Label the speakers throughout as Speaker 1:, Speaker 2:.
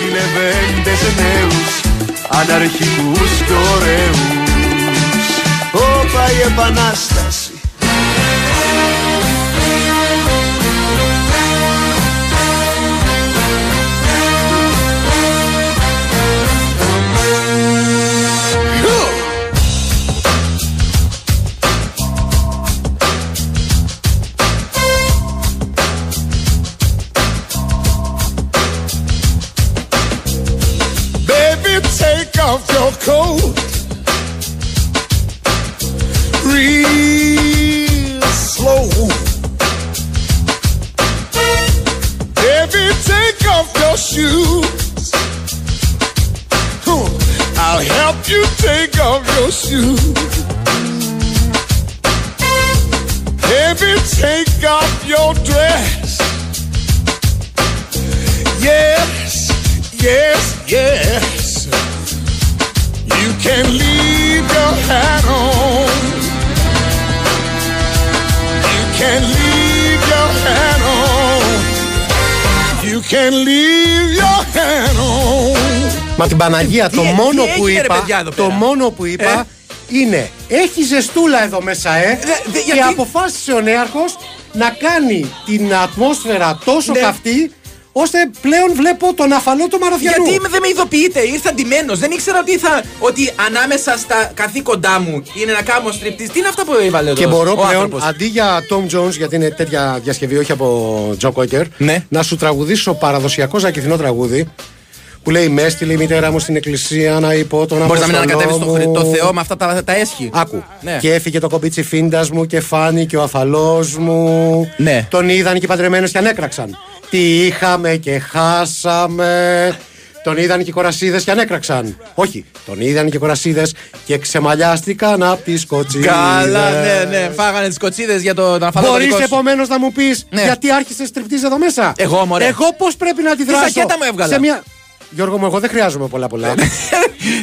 Speaker 1: κουβέντες νέους αναρχικούς και ωραίους Όπα η Επανάσταση
Speaker 2: Baby, take off your coat. Real slow. Baby, take off your shoes. Huh. I'll help you take off your shoes. Baby, take off your dress. Yes, yes, yes. You can leave your hat on. You can leave your hat on. You can leave your hat on.
Speaker 3: Μα την Παναγία,
Speaker 4: Τι-
Speaker 3: το,
Speaker 4: τι
Speaker 3: μόνο
Speaker 4: έγινε,
Speaker 3: που
Speaker 4: ρε,
Speaker 3: είπα,
Speaker 4: παιδιά, εδώ
Speaker 3: το
Speaker 4: πέρα?
Speaker 3: μόνο που είπα
Speaker 4: Ε.
Speaker 3: είναι έχει ζεστούλα εδώ μέσα, ε.
Speaker 4: δε,
Speaker 3: και
Speaker 4: γιατί-
Speaker 3: αποφάσισε ο νέαρχος να κάνει την ατμόσφαιρα τόσο
Speaker 4: Ναι.
Speaker 3: καυτή, ώστε πλέον βλέπω τον αφαλό του Μαραθιανού.
Speaker 4: Γιατί με- δεν με ειδοποιείτε, ήρθα ντυμένος. Δεν ήξερα ότι, θα, ότι ανάμεσα στα καθήκοντά μου είναι να κάνω στριπτής. Τι είναι αυτά που έβαλε εδώ.
Speaker 3: Και μπορώ
Speaker 4: ο
Speaker 3: πλέον
Speaker 4: άνθρωπος?
Speaker 3: αντί για Tom Jones, γιατί είναι τέτοια διασκευή, όχι από Τζο Κόκερ,
Speaker 4: Ναι.
Speaker 3: να σου τραγουδήσω παραδοσιακό ζακηθινό τραγούδι που λέει Μες στείλει η μητέρα μου στην εκκλησία να υπό τον
Speaker 4: Μπορείς να μην
Speaker 3: Απόστολό
Speaker 4: ανακατεύεις
Speaker 3: μου».
Speaker 4: το, Θεό με αυτά τα, τα έσχη.
Speaker 3: Άκου.
Speaker 4: Ναι.
Speaker 3: Και έφυγε το κομπίτσι φίντας μου και φάνηκε ο αφαλός μου.
Speaker 4: Ναι.
Speaker 3: Τον είδαν και οι παντρεμένε και ανέκραξαν. Τι είχαμε και χάσαμε. Τον είδαν και οι κορασίδες και ανέκραξαν. Όχι, τον είδαν και οι κορασίδες και ξεμαλιάστηκαν από τις κοτσίδες.
Speaker 4: Καλά, ναι, ναι. Φάγανε τις κοτσίδες για το να φάνε
Speaker 3: Μπορεί επομένως να μου πεις
Speaker 4: Ναι.
Speaker 3: γιατί άρχισες στριπτή εδώ μέσα.
Speaker 4: Εγώ, μωρέ.
Speaker 3: Εγώ πώς πρέπει να αντιδράσω.
Speaker 4: ζακέτα μου έβγαλα.
Speaker 3: Σε μια... Γιώργο μου, εγώ δεν χρειάζομαι πολλά πολλά.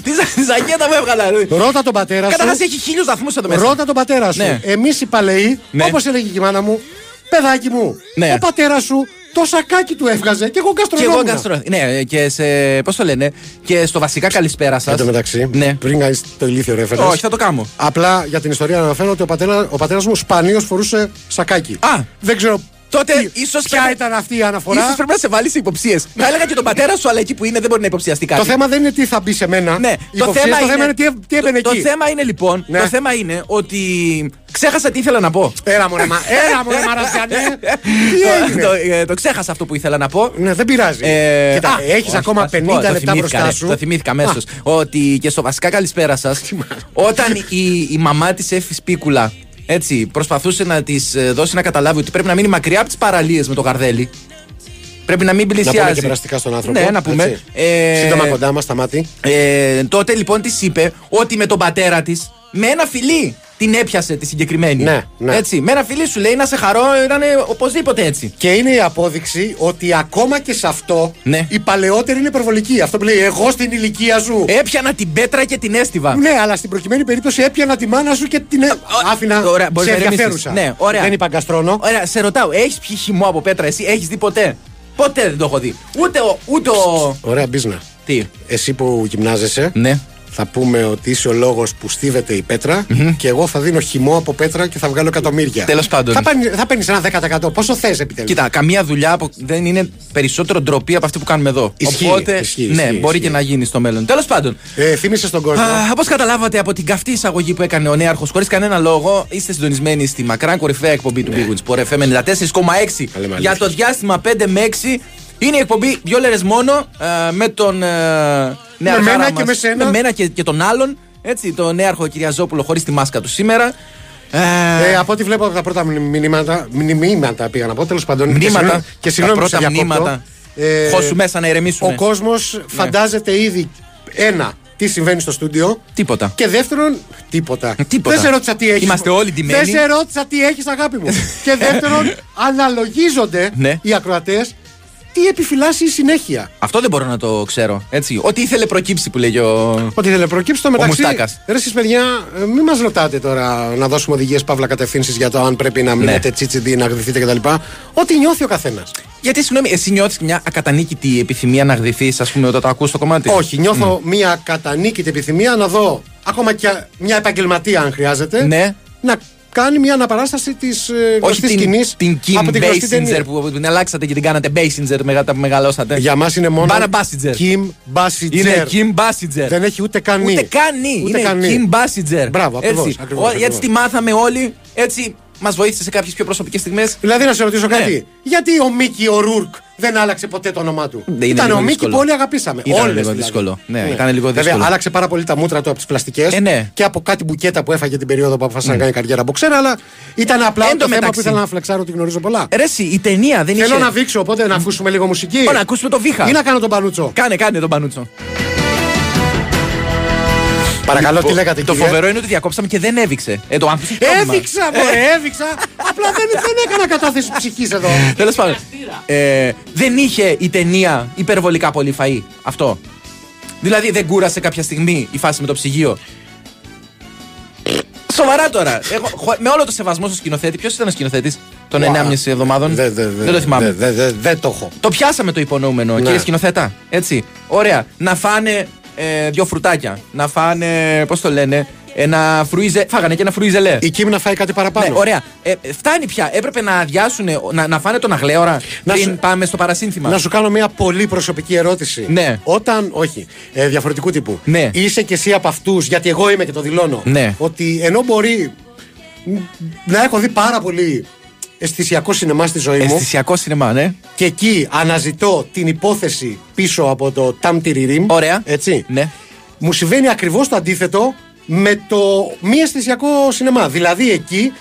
Speaker 4: Τι ζα- ζαγέτα μου έβγαλα. ρε.
Speaker 3: Ρώτα τον πατέρα σου.
Speaker 4: Καταρχάς έχει χίλιους βαθμούς εδώ μέσα.
Speaker 3: Ρώτα τον πατέρα σου.
Speaker 4: Ναι.
Speaker 3: Εμείς οι παλαιοί,
Speaker 4: Ναι.
Speaker 3: όπως έλεγε και η μάνα μου, παιδάκι μου,
Speaker 4: Ναι.
Speaker 3: ο πατέρας σου το σακάκι του έβγαζε και εγώ
Speaker 4: Και εγώ
Speaker 3: καστρονόμουν.
Speaker 4: καστρό. Ναι, και σε. Πώς το λένε. Και στο βασικά καλησπέρα σας.
Speaker 3: Εν τω μεταξύ,
Speaker 4: Ναι.
Speaker 3: πριν κάνεις το ηλίθιο ρεφερέ.
Speaker 4: Όχι, θα το κάνω.
Speaker 3: Απλά για την ιστορία να αναφέρω ότι ο πατέρα ο πατέρας μου σπανίως φορούσε σακάκι.
Speaker 4: Α.
Speaker 3: Δεν ξέρω.
Speaker 4: Τότε
Speaker 3: τι-
Speaker 4: ίσως
Speaker 3: Ποια ήταν αυτή η αναφορά.
Speaker 4: Ίσως πρέπει να σε βάλεις σε υποψίε. Θα έλεγα και τον πατέρα σου, αλλά εκεί που είναι δεν μπορεί να υποψιαστεί κάτι.
Speaker 3: Το θέμα δεν είναι τι θα μπει σε μένα.
Speaker 4: Ναι, το
Speaker 3: Υποψίες,
Speaker 4: θέμα,
Speaker 3: το θέμα είναι τι, έ- τι έμπαινε
Speaker 4: το,
Speaker 3: εκεί.
Speaker 4: το θέμα είναι λοιπόν,
Speaker 3: Ναι.
Speaker 4: το θέμα είναι ότι ξέχασα τι ήθελα να πω.
Speaker 3: Έλα μωρέ, μα, έλα μωρέ Μαρασιανέ. τι έγινε.
Speaker 4: το, ε, το ξέχασα αυτό που ήθελα να πω.
Speaker 3: Ναι, δεν πειράζει.
Speaker 4: Ε,
Speaker 3: Κοίτα,
Speaker 4: α,
Speaker 3: έχεις
Speaker 4: όχι,
Speaker 3: ακόμα
Speaker 4: θα σου
Speaker 3: 50
Speaker 4: πω, το
Speaker 3: λεπτά
Speaker 4: θυμήθηκα,
Speaker 3: μπροστά
Speaker 4: ναι,
Speaker 3: σου.
Speaker 4: Το θυμήθηκα αμέσως. Ότι και στο βασικά καλησπέρα σας, όταν η, η μαμά της Εφη Πίκουλα έτσι, προσπαθούσε να της δώσει να καταλάβει ότι πρέπει να μείνει μακριά από τις παραλίες με το γαρδέλι. Πρέπει να μην
Speaker 3: Να
Speaker 4: πλησιάζει.
Speaker 3: πούμε και περαστικά στον άνθρωπο.
Speaker 4: Ναι, να πούμε.
Speaker 3: έτσι. Σύντομα κοντά μας, σταμάτη.
Speaker 4: Ε, τότε λοιπόν της είπε ότι με τον πατέρα της, με ένα φιλί την έπιασε τη συγκεκριμένη.
Speaker 3: Ναι, ναι.
Speaker 4: Έτσι, με ένα φιλί σου λέει να σε χαρώ, ήταν ε, οπωσδήποτε έτσι.
Speaker 3: Και είναι η απόδειξη ότι ακόμα και σε αυτό
Speaker 4: Ναι.
Speaker 3: η παλαιότερη είναι υπερβολική. Αυτό που λέει εγώ στην ηλικία σου.
Speaker 4: Έπιανα την πέτρα και την έστιβα.
Speaker 3: Ναι, αλλά στην προκειμένη περίπτωση έπιανα τη μάνα σου και την ε- άφηνα
Speaker 4: Ωραία, μπορείς
Speaker 3: σε
Speaker 4: να ηρεμήσεις.
Speaker 3: ενδιαφέρουσα.
Speaker 4: Ναι, ωραία.
Speaker 3: Δεν είπα καστρώνω.
Speaker 4: Ωραία, σε ρωτάω, έχεις πιει χυμό από πέτρα, εσύ έχεις δει ποτέ. Ποτέ δεν το έχω δει. Ούτε ο. Ούτε ο...
Speaker 3: Ωραία, μπίζνα.
Speaker 4: Τι.
Speaker 3: Εσύ που γυμνάζεσαι,
Speaker 4: Ναι.
Speaker 3: θα πούμε ότι είσαι ο λόγος που στίβεται η πετρα και εγώ θα δίνω χυμό από πέτρα και θα βγάλω εκατομμύρια.
Speaker 4: Τέλος πάντων.
Speaker 3: Θα, παίρνει- θα παίρνεις ένα 10%. Πόσο θες επιτέλους.
Speaker 4: Κοίτα, καμία δουλειά που δεν είναι περισσότερο ντροπή από αυτή που κάνουμε εδώ.
Speaker 3: Ισχύει,
Speaker 4: Οπότε.
Speaker 3: ισχύει,
Speaker 4: ναι,
Speaker 3: ισχύει,
Speaker 4: μπορεί
Speaker 3: ισχύει.
Speaker 4: και να γίνει στο μέλλον. Τέλος πάντων.
Speaker 3: Ε, θύμισε στον κόσμο.
Speaker 4: Όπως καταλάβατε από την καυτή εισαγωγή που έκανε ο νέαρχος χωρίς κανένα λόγο, είστε συντονισμένοι στη μακράν κορυφαία εκπομπή του
Speaker 3: Ναι.
Speaker 4: Big Wins Sport FM 94,6
Speaker 3: λέμε
Speaker 4: για το
Speaker 3: αλήθειες.
Speaker 4: διάστημα 5 με 6. Είναι η εκπομπή δύο λέρες μόνο ε, με τον. Ε, νεαρχάρα
Speaker 3: μένα και
Speaker 4: μας.
Speaker 3: με σένα.
Speaker 4: Με μένα και, και τον άλλον. Έτσι, τον νέαρχο Κυριαζόπουλο χωρίς τη μάσκα του σήμερα. Ε,
Speaker 3: Ε, από ό,τι βλέπω από τα πρώτα μηνύματα, μηνύματα πήγα να πω, τέλος πάντων. Και
Speaker 4: Μνήματα.
Speaker 3: συγγνώμη-
Speaker 4: Τα
Speaker 3: Και συγγνώμη που σε
Speaker 4: πρώτα
Speaker 3: διακόπτω.
Speaker 4: μνήματα. Ναι.
Speaker 3: Ε,
Speaker 4: Χώσου μέσα να ηρεμήσουμε.
Speaker 3: Ο κόσμος φαντάζεται ήδη, ένα, τι συμβαίνει στο στούντιο.
Speaker 4: Τίποτα.
Speaker 3: Και δεύτερον, τίποτα.
Speaker 4: Ε, Τίποτα.
Speaker 3: Δεν σε ρώτησα τι έχεις.
Speaker 4: Είμαστε όλοι ντυμένοι.
Speaker 3: Δεν σε ρώτησα τι έχεις, αγάπη μου. και δεύτερον, αναλογίζονται
Speaker 4: Ναι.
Speaker 3: οι ακροατές τι επιφυλάσσει η συνέχεια.
Speaker 4: Αυτό δεν μπορώ να το ξέρω. Έτσι. Ό,τι ήθελε προκύψει που λέγει ο.
Speaker 3: Ότι ήθελε προκύψει το μεταξύ.
Speaker 4: Μουστάκας.
Speaker 3: Ρε εσείς, παιδιά, ε, μην μας ρωτάτε τώρα να δώσουμε οδηγίες παύλα κατευθύνσεις για το αν πρέπει
Speaker 4: Ναι.
Speaker 3: να μείνετε τσίτσιντοι, να γδυθείτε κτλ. Ό,τι νιώθει ο καθένας.
Speaker 4: Γιατί, συγγνώμη, εσύ νιώθεις μια ακατανίκητη επιθυμία να γδυθείς, ας πούμε, όταν το ακούς το κομμάτι.
Speaker 3: Όχι, νιώθω
Speaker 4: Ναι.
Speaker 3: μια κατανίκητη επιθυμία να δω ακόμα και μια επαγγελματία, αν χρειάζεται,
Speaker 4: Ναι.
Speaker 3: να κάνει μια αναπαράσταση της
Speaker 4: Όχι
Speaker 3: γνωστής
Speaker 4: την,
Speaker 3: σκηνής
Speaker 4: την Kim
Speaker 3: από την γνωστή ταινία.
Speaker 4: Basinger που την αλλάξατε και την κάνατε Basinger μετά που μεγαλώσατε.
Speaker 3: Για μας είναι μόνο.
Speaker 4: Μπάρα Μπάσιτζερ.
Speaker 3: Kim Basinger.
Speaker 4: Είναι Kim Basinger.
Speaker 3: Δεν έχει ούτε καν νη.
Speaker 4: Ούτε καν νη.
Speaker 3: Ούτε
Speaker 4: είναι
Speaker 3: καν νη.
Speaker 4: Kim Basinger.
Speaker 3: Μπράβο, ακριβώς,
Speaker 4: Έτσι.
Speaker 3: ακριβώς,
Speaker 4: Ο-
Speaker 3: ακριβώς.
Speaker 4: Έτσι τη μάθαμε όλοι. Έτσι μας βοήθησε σε κάποιες πιο προσωπικές στιγμές.
Speaker 3: Δηλαδή να σε ρωτήσω
Speaker 4: Ναι.
Speaker 3: κάτι. Γιατί ο Μίκη ο Ρούρκ δεν άλλαξε ποτέ το όνομά του.
Speaker 4: είναι
Speaker 3: ήταν
Speaker 4: λίγο
Speaker 3: ο Μίκη
Speaker 4: δύσκολο.
Speaker 3: που όλοι αγαπήσαμε.
Speaker 4: Ήταν
Speaker 3: Όλες
Speaker 4: λίγο
Speaker 3: δηλαδή.
Speaker 4: δύσκολο. Ναι, ήταν λίγο δύσκολο.
Speaker 3: Βέβαια, άλλαξε πάρα πολύ τα μούτρα του από τις πλαστικές
Speaker 4: Ε, ναι.
Speaker 3: και από κάτι μπουκέτα που έφαγε την περίοδο που αποφάσισε να κάνει καριέρα από ξένα, αλλά ήταν απλά
Speaker 4: Εν
Speaker 3: το
Speaker 4: τω
Speaker 3: θέμα
Speaker 4: μεταξύ.
Speaker 3: που ήθελα να φλεξάρω ότι γνωρίζω πολλά.
Speaker 4: Ρε, εσύ, η ταινία δεν
Speaker 3: Θέλω
Speaker 4: είχε.
Speaker 3: να δείξω, οπότε να ακούσουμε λίγο μουσική.
Speaker 4: Ω, να ακούσουμε το βήχα.
Speaker 3: Ή να κάνω τον πανούτσο.
Speaker 4: Κάνε, κάνε τον Πανούτσο.
Speaker 3: Παρακαλώ, τι λέγατε
Speaker 4: Λοιπόν, Το
Speaker 3: κύριε.
Speaker 4: φοβερό είναι ότι διακόψαμε και δεν έδειξε. Ε, το άνθρωπο.
Speaker 3: Έδειξα,
Speaker 4: Ε.
Speaker 3: μωρέ, έδειξα. Απλά δεν, δεν έκανα κατάθεση ψυχής εδώ.
Speaker 4: Τέλος πάντων. Ε, δεν είχε η ταινία υπερβολικά πολύ φαΐ. Αυτό. Δηλαδή δεν κούρασε κάποια στιγμή η φάση με το ψυγείο. Σοβαρά τώρα. Εγώ, χω- με όλο το σεβασμό στο σκηνοθέτη, ποιος ήταν ο σκηνοθέτης των 9,5 εβδομάδων.
Speaker 3: Δε- δε- δε-
Speaker 4: δεν το θυμάμαι.
Speaker 3: δε- Ναι. δε- δε- Δεν το έχω.
Speaker 4: Το πιάσαμε το υπονοούμενο, κύριε σκηνοθέτα. Έτσι. Ωραία. Να φάνε ε, δύο φρουτάκια. Να φάνε, πώς το λένε, ένα φρουίζε. Φάγανε και ένα φρουίζελέ.
Speaker 3: Η Κίμ να φάει κάτι παραπάνω.
Speaker 4: Ναι, ωραία. Ε, φτάνει πια. Έπρεπε να αδειάσουν, να, να φάνε τον αγλέωρα
Speaker 3: Να
Speaker 4: πριν
Speaker 3: σου-
Speaker 4: πάμε στο παρασύνθημα.
Speaker 3: Να σου κάνω μια πολύ προσωπική ερώτηση.
Speaker 4: Ναι.
Speaker 3: Όταν. Όχι. Ε, διαφορετικού τύπου.
Speaker 4: Ναι.
Speaker 3: Είσαι κι εσύ από αυτούς, γιατί εγώ είμαι και το δηλώνω.
Speaker 4: Ναι.
Speaker 3: Ότι ενώ μπορεί μ, να έχω δει πάρα πολύ αισθησιακό σινεμά στη
Speaker 4: Ε,
Speaker 3: ζωή μου
Speaker 4: Αισθησιακό σινεμά, ναι.
Speaker 3: και εκεί αναζητώ την υπόθεση πίσω από το Tam Tiririm.
Speaker 4: Ωραία.
Speaker 3: Έτσι.
Speaker 4: Ναι.
Speaker 3: Μου συμβαίνει ακριβώς το αντίθετο με το μη αισθησιακό σινεμά. Δηλαδή εκεί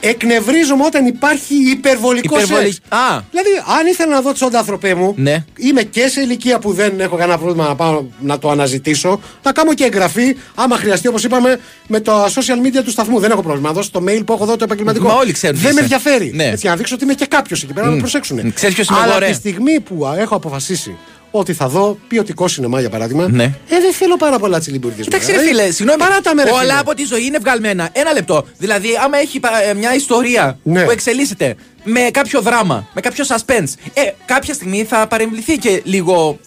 Speaker 3: εκνευρίζομαι όταν υπάρχει υπερβολικό
Speaker 4: Υπερβολη-
Speaker 3: σεξ.
Speaker 4: Α.
Speaker 3: Δηλαδή, αν ήθελα να δω τι όντα άνθρωπέ μου,
Speaker 4: Ναι.
Speaker 3: είμαι και σε ηλικία που δεν έχω κανένα πρόβλημα να πάω να το αναζητήσω, να κάνω και εγγραφή, άμα χρειαστεί, όπως είπαμε, με τα social media του σταθμού. Δεν έχω πρόβλημα. Να δώσω το mail που έχω εδώ το επαγγελματικό.
Speaker 4: Μα όλοι ξέρουν
Speaker 3: Δεν
Speaker 4: τι
Speaker 3: με
Speaker 4: είσαι.
Speaker 3: ενδιαφέρει.
Speaker 4: Ναι.
Speaker 3: Έτσι, να δείξω ότι είμαι και κάποιος εκεί πέρα να με προσέξουν.
Speaker 4: Ξέρεις ποιος είμαι
Speaker 3: Αλλά
Speaker 4: εγώ, ρε.
Speaker 3: τη στιγμή που α, έχω αποφασίσει ότι θα δω ποιοτικό σινεμά για παράδειγμα.
Speaker 4: Ναι.
Speaker 3: Ε, δεν θέλω πάρα πολλά τσιλιμπουργισμένα.
Speaker 4: Εντάξει, ρε
Speaker 3: Δηλαδή,
Speaker 4: φίλε, συγγνώμη.
Speaker 3: Παρά τα μέρα.
Speaker 4: Όλα από τη ζωή είναι βγαλμένα. Ένα λεπτό. Δηλαδή, άμα έχει πα- ε, μια ιστορία
Speaker 3: Ναι.
Speaker 4: που εξελίσσεται με κάποιο δράμα, με κάποιο suspense, ε, κάποια στιγμή θα παρεμβληθεί και λίγο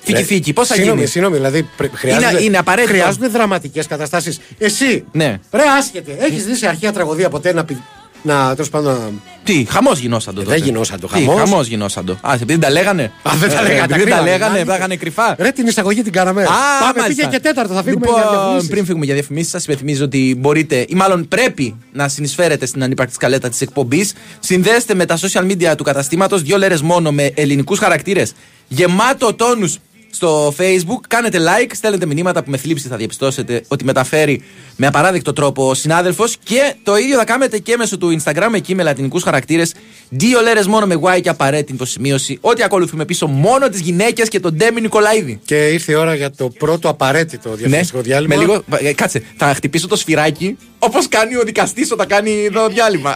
Speaker 4: φικιφίκι. Πώ θα
Speaker 3: Ε, συγγνώμη,
Speaker 4: γίνει.
Speaker 3: Συγγνώμη, δηλαδή πρέ- χρειάζονται,
Speaker 4: είναι απαραίτητο.
Speaker 3: χρειάζονται δραματικές καταστάσεις. Εσύ,
Speaker 4: Ναι.
Speaker 3: ρε άσχετε, έχεις δει σε αρχαία τραγωδία ποτέ να πει. Να, τέλος πάντων, να-
Speaker 4: Τι, χαμός γινόσαντο τότε.
Speaker 3: Ε, δεν γινόσαντο,
Speaker 4: Τι,
Speaker 3: χαμός.
Speaker 4: χαμός γινόσαντο. Α, επειδή δεν τα λέγανε.
Speaker 3: Α, δεν τα
Speaker 4: Ε,
Speaker 3: λέγανε.
Speaker 4: Επειδή δεν τα
Speaker 3: κρύβανε.
Speaker 4: λέγανε,
Speaker 3: Μάλιστα.
Speaker 4: λέγανε κρυφά.
Speaker 3: Ρε την εισαγωγή την κάναμε. Πάμε, πήγε και τέταρτο, θα φύγουμε για
Speaker 4: λοιπόν,
Speaker 3: διαφημίσεις.
Speaker 4: πριν φύγουμε για διαφημίσεις, σας υπενθυμίζω ότι μπορείτε, ή μάλλον πρέπει να συνεισφέρετε στην ανύπαρκτη σκαλέτα της εκπομπής. Συνδέστε με τα social media του καταστήματος, δύο λέρες μόνο με ελληνικούς χαρακτήρες. Γεμάτο τόνους στο facebook, κάνετε like, στέλνετε μηνύματα που με θλίψη θα διαπιστώσετε ότι μεταφέρει με απαράδεκτο τρόπο ο συνάδελφος και το ίδιο θα κάνετε και μέσω του Instagram εκεί με λατινικούς χαρακτήρες. Δύο λέρες μόνο με Y και απαραίτητο σημείωση ότι ακολουθούμε πίσω μόνο τις γυναίκες και τον Ντέμι Νικολαίδη.
Speaker 3: Και ήρθε η ώρα για το πρώτο απαραίτητο διαφημιστικό διάλειμμα.
Speaker 4: Ναι. Με λίγο, ε, κάτσε, θα χτυπήσω το σφυράκι όπως κάνει ο δικαστής όταν κάνει το διάλειμμα.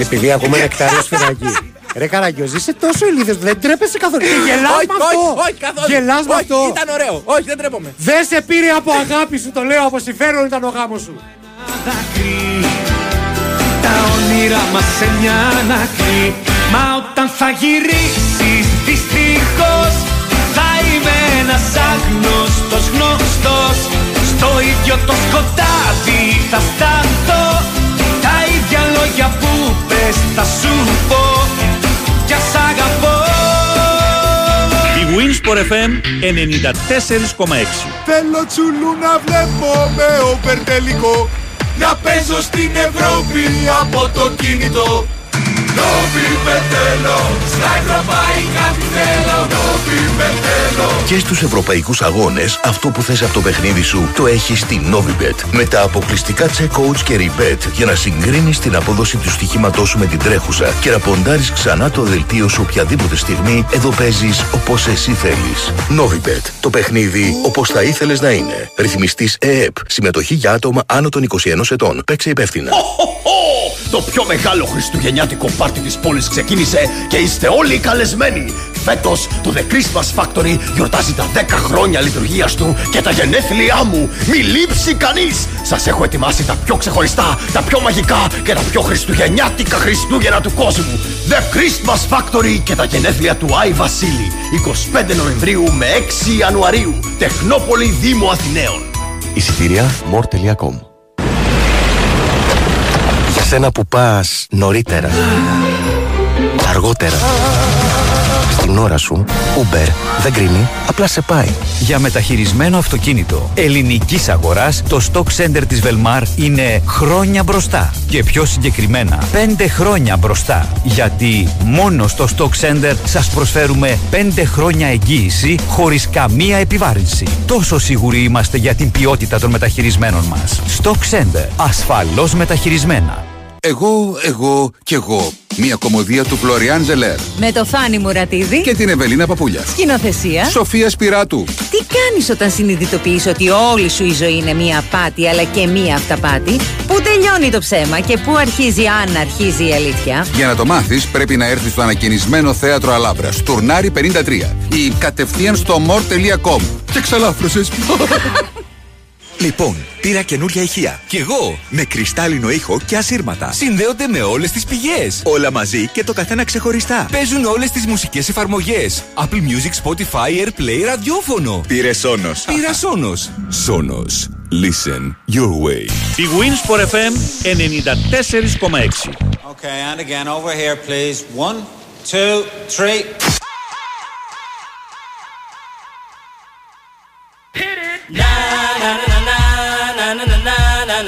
Speaker 3: Επειδή ακούμε νεκτάριο σφυράκι. Ρε Καραγκιόζη, είσαι τόσο ηλίθιος, δεν τρέπεσαι καθόλου. Και Ε, γελάς
Speaker 4: όχι,
Speaker 3: με αυτό.
Speaker 4: όχι, όχι, καθόλου.
Speaker 3: Γελάς με
Speaker 4: όχι,
Speaker 3: αυτό.
Speaker 4: Ήταν ωραίο. Όχι, δεν τρέπομαι.
Speaker 3: Δεν σε πήρε από αγάπη σου, το λέω από συμφέρον ήταν ο γάμος σου.
Speaker 5: Τα όνειρα μας σε μια ανακρή Μα όταν θα γυρίσεις δυστυχώς Θα είμαι ένας άγνωστος γνωστός Στο ίδιο το σκοτάδι θα σταθώ Τα ίδια λόγια που πες θα σου πω Κι ας αγαπώ
Speaker 6: Η Winsport FM 94,6.
Speaker 2: Θέλω τσουλού να βλέπω με όπερ τελικό Να παίζω στην Ευρώπη από το κινητό Το πιπετέλο, στα υγραπάει κάτι θέλω Το πιπετέλο
Speaker 7: Και στους ευρωπαϊκούς αγώνες, αυτό που θες από το παιχνίδι σου το έχεις στην Novibet. Με τα αποκλειστικά check-outs και rebet για να συγκρίνεις την απόδοση του στοιχήματός σου με την τρέχουσα και να ποντάρεις ξανά το δελτίο σου οποιαδήποτε στιγμή, εδώ παίζεις όπως εσύ θέλεις. Novibet. Το παιχνίδι όπως θα ήθελες να είναι. Ρυθμιστής ΕΕΠ. Συμμετοχή για άτομα άνω των 21 ετών. Παίξε υπεύθυνα.
Speaker 8: Το πιο μεγάλο χριστουγεννιάτικο πάρτι της πόλης ξεκίνησε και είστε όλοι καλεσμένοι. Φέτος το The Christmas Factory γιορτάζει τα 10 χρόνια λειτουργίας του και τα γενέθλιά μου. Μη λείψει κανείς. Σας έχω ετοιμάσει τα πιο ξεχωριστά, τα πιο μαγικά και τα πιο χριστουγεννιάτικα Χριστούγεννα του κόσμου. The Christmas Factory και τα γενέθλια του Άι Βασίλη. 25 Νοεμβρίου με 6 Ιανουαρίου. Τεχνόπολη Δήμο Αθηναίων.
Speaker 7: Εισιτήρια more.com Για σένα που πας νωρίτερα Αργότερα Στην ώρα σου Uber δεν κρίνει, απλά σε πάει
Speaker 5: Για μεταχειρισμένο αυτοκίνητο ελληνικής αγοράς, το Stock Center της Velmar είναι χρόνια μπροστά. Και πιο συγκεκριμένα, 5 χρόνια μπροστά. Γιατί μόνο στο Stock Center σας προσφέρουμε 5 χρόνια εγγύηση χωρίς καμία επιβάρυνση. Τόσο σίγουροι είμαστε για την ποιότητα των μεταχειρισμένων μας. Stock Center. Ασφαλώς μεταχειρισμένα.
Speaker 2: Εγώ, εγώ και εγώ. Μια κομμωδία του Φλωριάν Ζελέρ
Speaker 9: Με το Φάνη Μουρατίδη.
Speaker 2: και την Ευελίνα Παπούλιας.
Speaker 9: Σκηνοθεσία.
Speaker 2: Σοφία Σπυράτου.
Speaker 9: Τι κάνεις όταν συνειδητοποιείς ότι όλη σου η ζωή είναι μία απάτη αλλά και μία αυταπάτη. Πού τελειώνει το ψέμα και πού αρχίζει αν αρχίζει η αλήθεια.
Speaker 2: Για να το μάθεις πρέπει να έρθεις στο ανακαινισμένο θέατρο Αλάμπρας, τουρνάρι 53 ή κατευθείαν στο more.com. Και ξαλάφρωσες.
Speaker 10: Λοιπόν, πήρα καινούρια ηχεία. Κι εγώ! Με κρυστάλλινο ήχο και ασύρματα. Συνδέονται με όλες τις πηγές. Όλα μαζί και το καθένα ξεχωριστά. Παίζουν όλες τις μουσικές εφαρμογές. Apple Music, Spotify, Airplay, ραδιόφωνο.
Speaker 2: Πήρε όνος.
Speaker 10: Πήρα Sonos. Sonos. Listen your way.
Speaker 11: Η Winsport FM 94,6.
Speaker 12: Okay, and again, over here, please. One, two, three.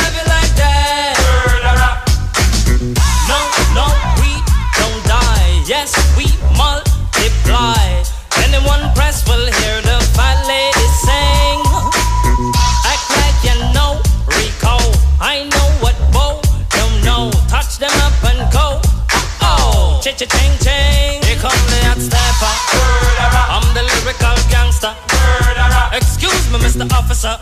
Speaker 13: have it like that. Murderer. No, no, we don't die. Yes, we multiply. Anyone press will hear the fat lady sing. Act like you know Rico. I know what Bo don't know. Touch them up and go. Oh, cha cha ching ching. Here come the hot stepper. I'm the lyrical gangster. Excuse me, Mr. Officer.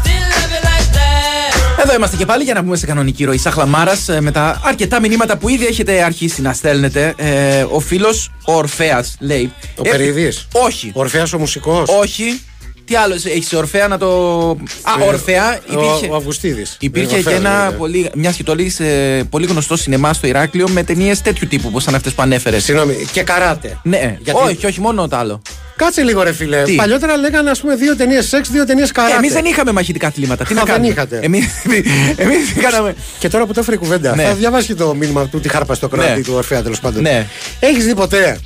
Speaker 13: Still love you like that.
Speaker 4: Εδώ είμαστε και πάλι για να μπούμε σε κανονική ροή. Σαν χλαμάρα, ε, με τα αρκετά μηνύματα που ήδη έχετε αρχίσει να στέλνετε. Ε, ο φίλος ο Ορφαία λέει.
Speaker 3: Ο
Speaker 4: «Ε,
Speaker 3: Περιδής.
Speaker 4: Όχι.
Speaker 3: Ο Ορφέας ο μουσικός.
Speaker 4: Όχι. Τι άλλο, έχεις Ορφαία να το. Α,
Speaker 3: Ε,
Speaker 4: Ορφαία
Speaker 3: ο-
Speaker 4: υπήρχε.
Speaker 3: Ο Αυγουστίδης.
Speaker 4: Υπήρχε
Speaker 3: Ορφέας
Speaker 4: και ένα
Speaker 3: λέγεται.
Speaker 4: πολύ, μια και το λέγεις, ε, πολύ γνωστό σινεμά στο Ηράκλειο με ταινίες τέτοιου τύπου όπω ήταν αυτές που ανέφερες.
Speaker 3: Συγγνώμη, και καράτε.
Speaker 4: Ναι,
Speaker 3: Ε, Γιατί-
Speaker 4: όχι, όχι, μόνο το άλλο.
Speaker 3: Κάτσε λίγο ρε φίλε.
Speaker 4: Τι?
Speaker 3: Παλιότερα λέγανε ας πούμε δύο ταινίες σεξ, δύο ταινίες καράτε.
Speaker 4: Εμείς Ε, δεν είχαμε μαχητικά αθλήματα. Τι
Speaker 3: Α,
Speaker 4: να
Speaker 3: δεν
Speaker 4: κάνουμε.
Speaker 3: είχατε.
Speaker 4: Εμεί κάναμε.
Speaker 3: Και τώρα που το έφερε η κουβέντα,
Speaker 4: Ναι.
Speaker 3: θα διαβάσει το μήνυμα του τη χάρπα στο κράτη
Speaker 4: Ναι.
Speaker 3: του Ορφέα τέλος πάντων.
Speaker 4: Ναι.
Speaker 3: Έχεις δει ποτέ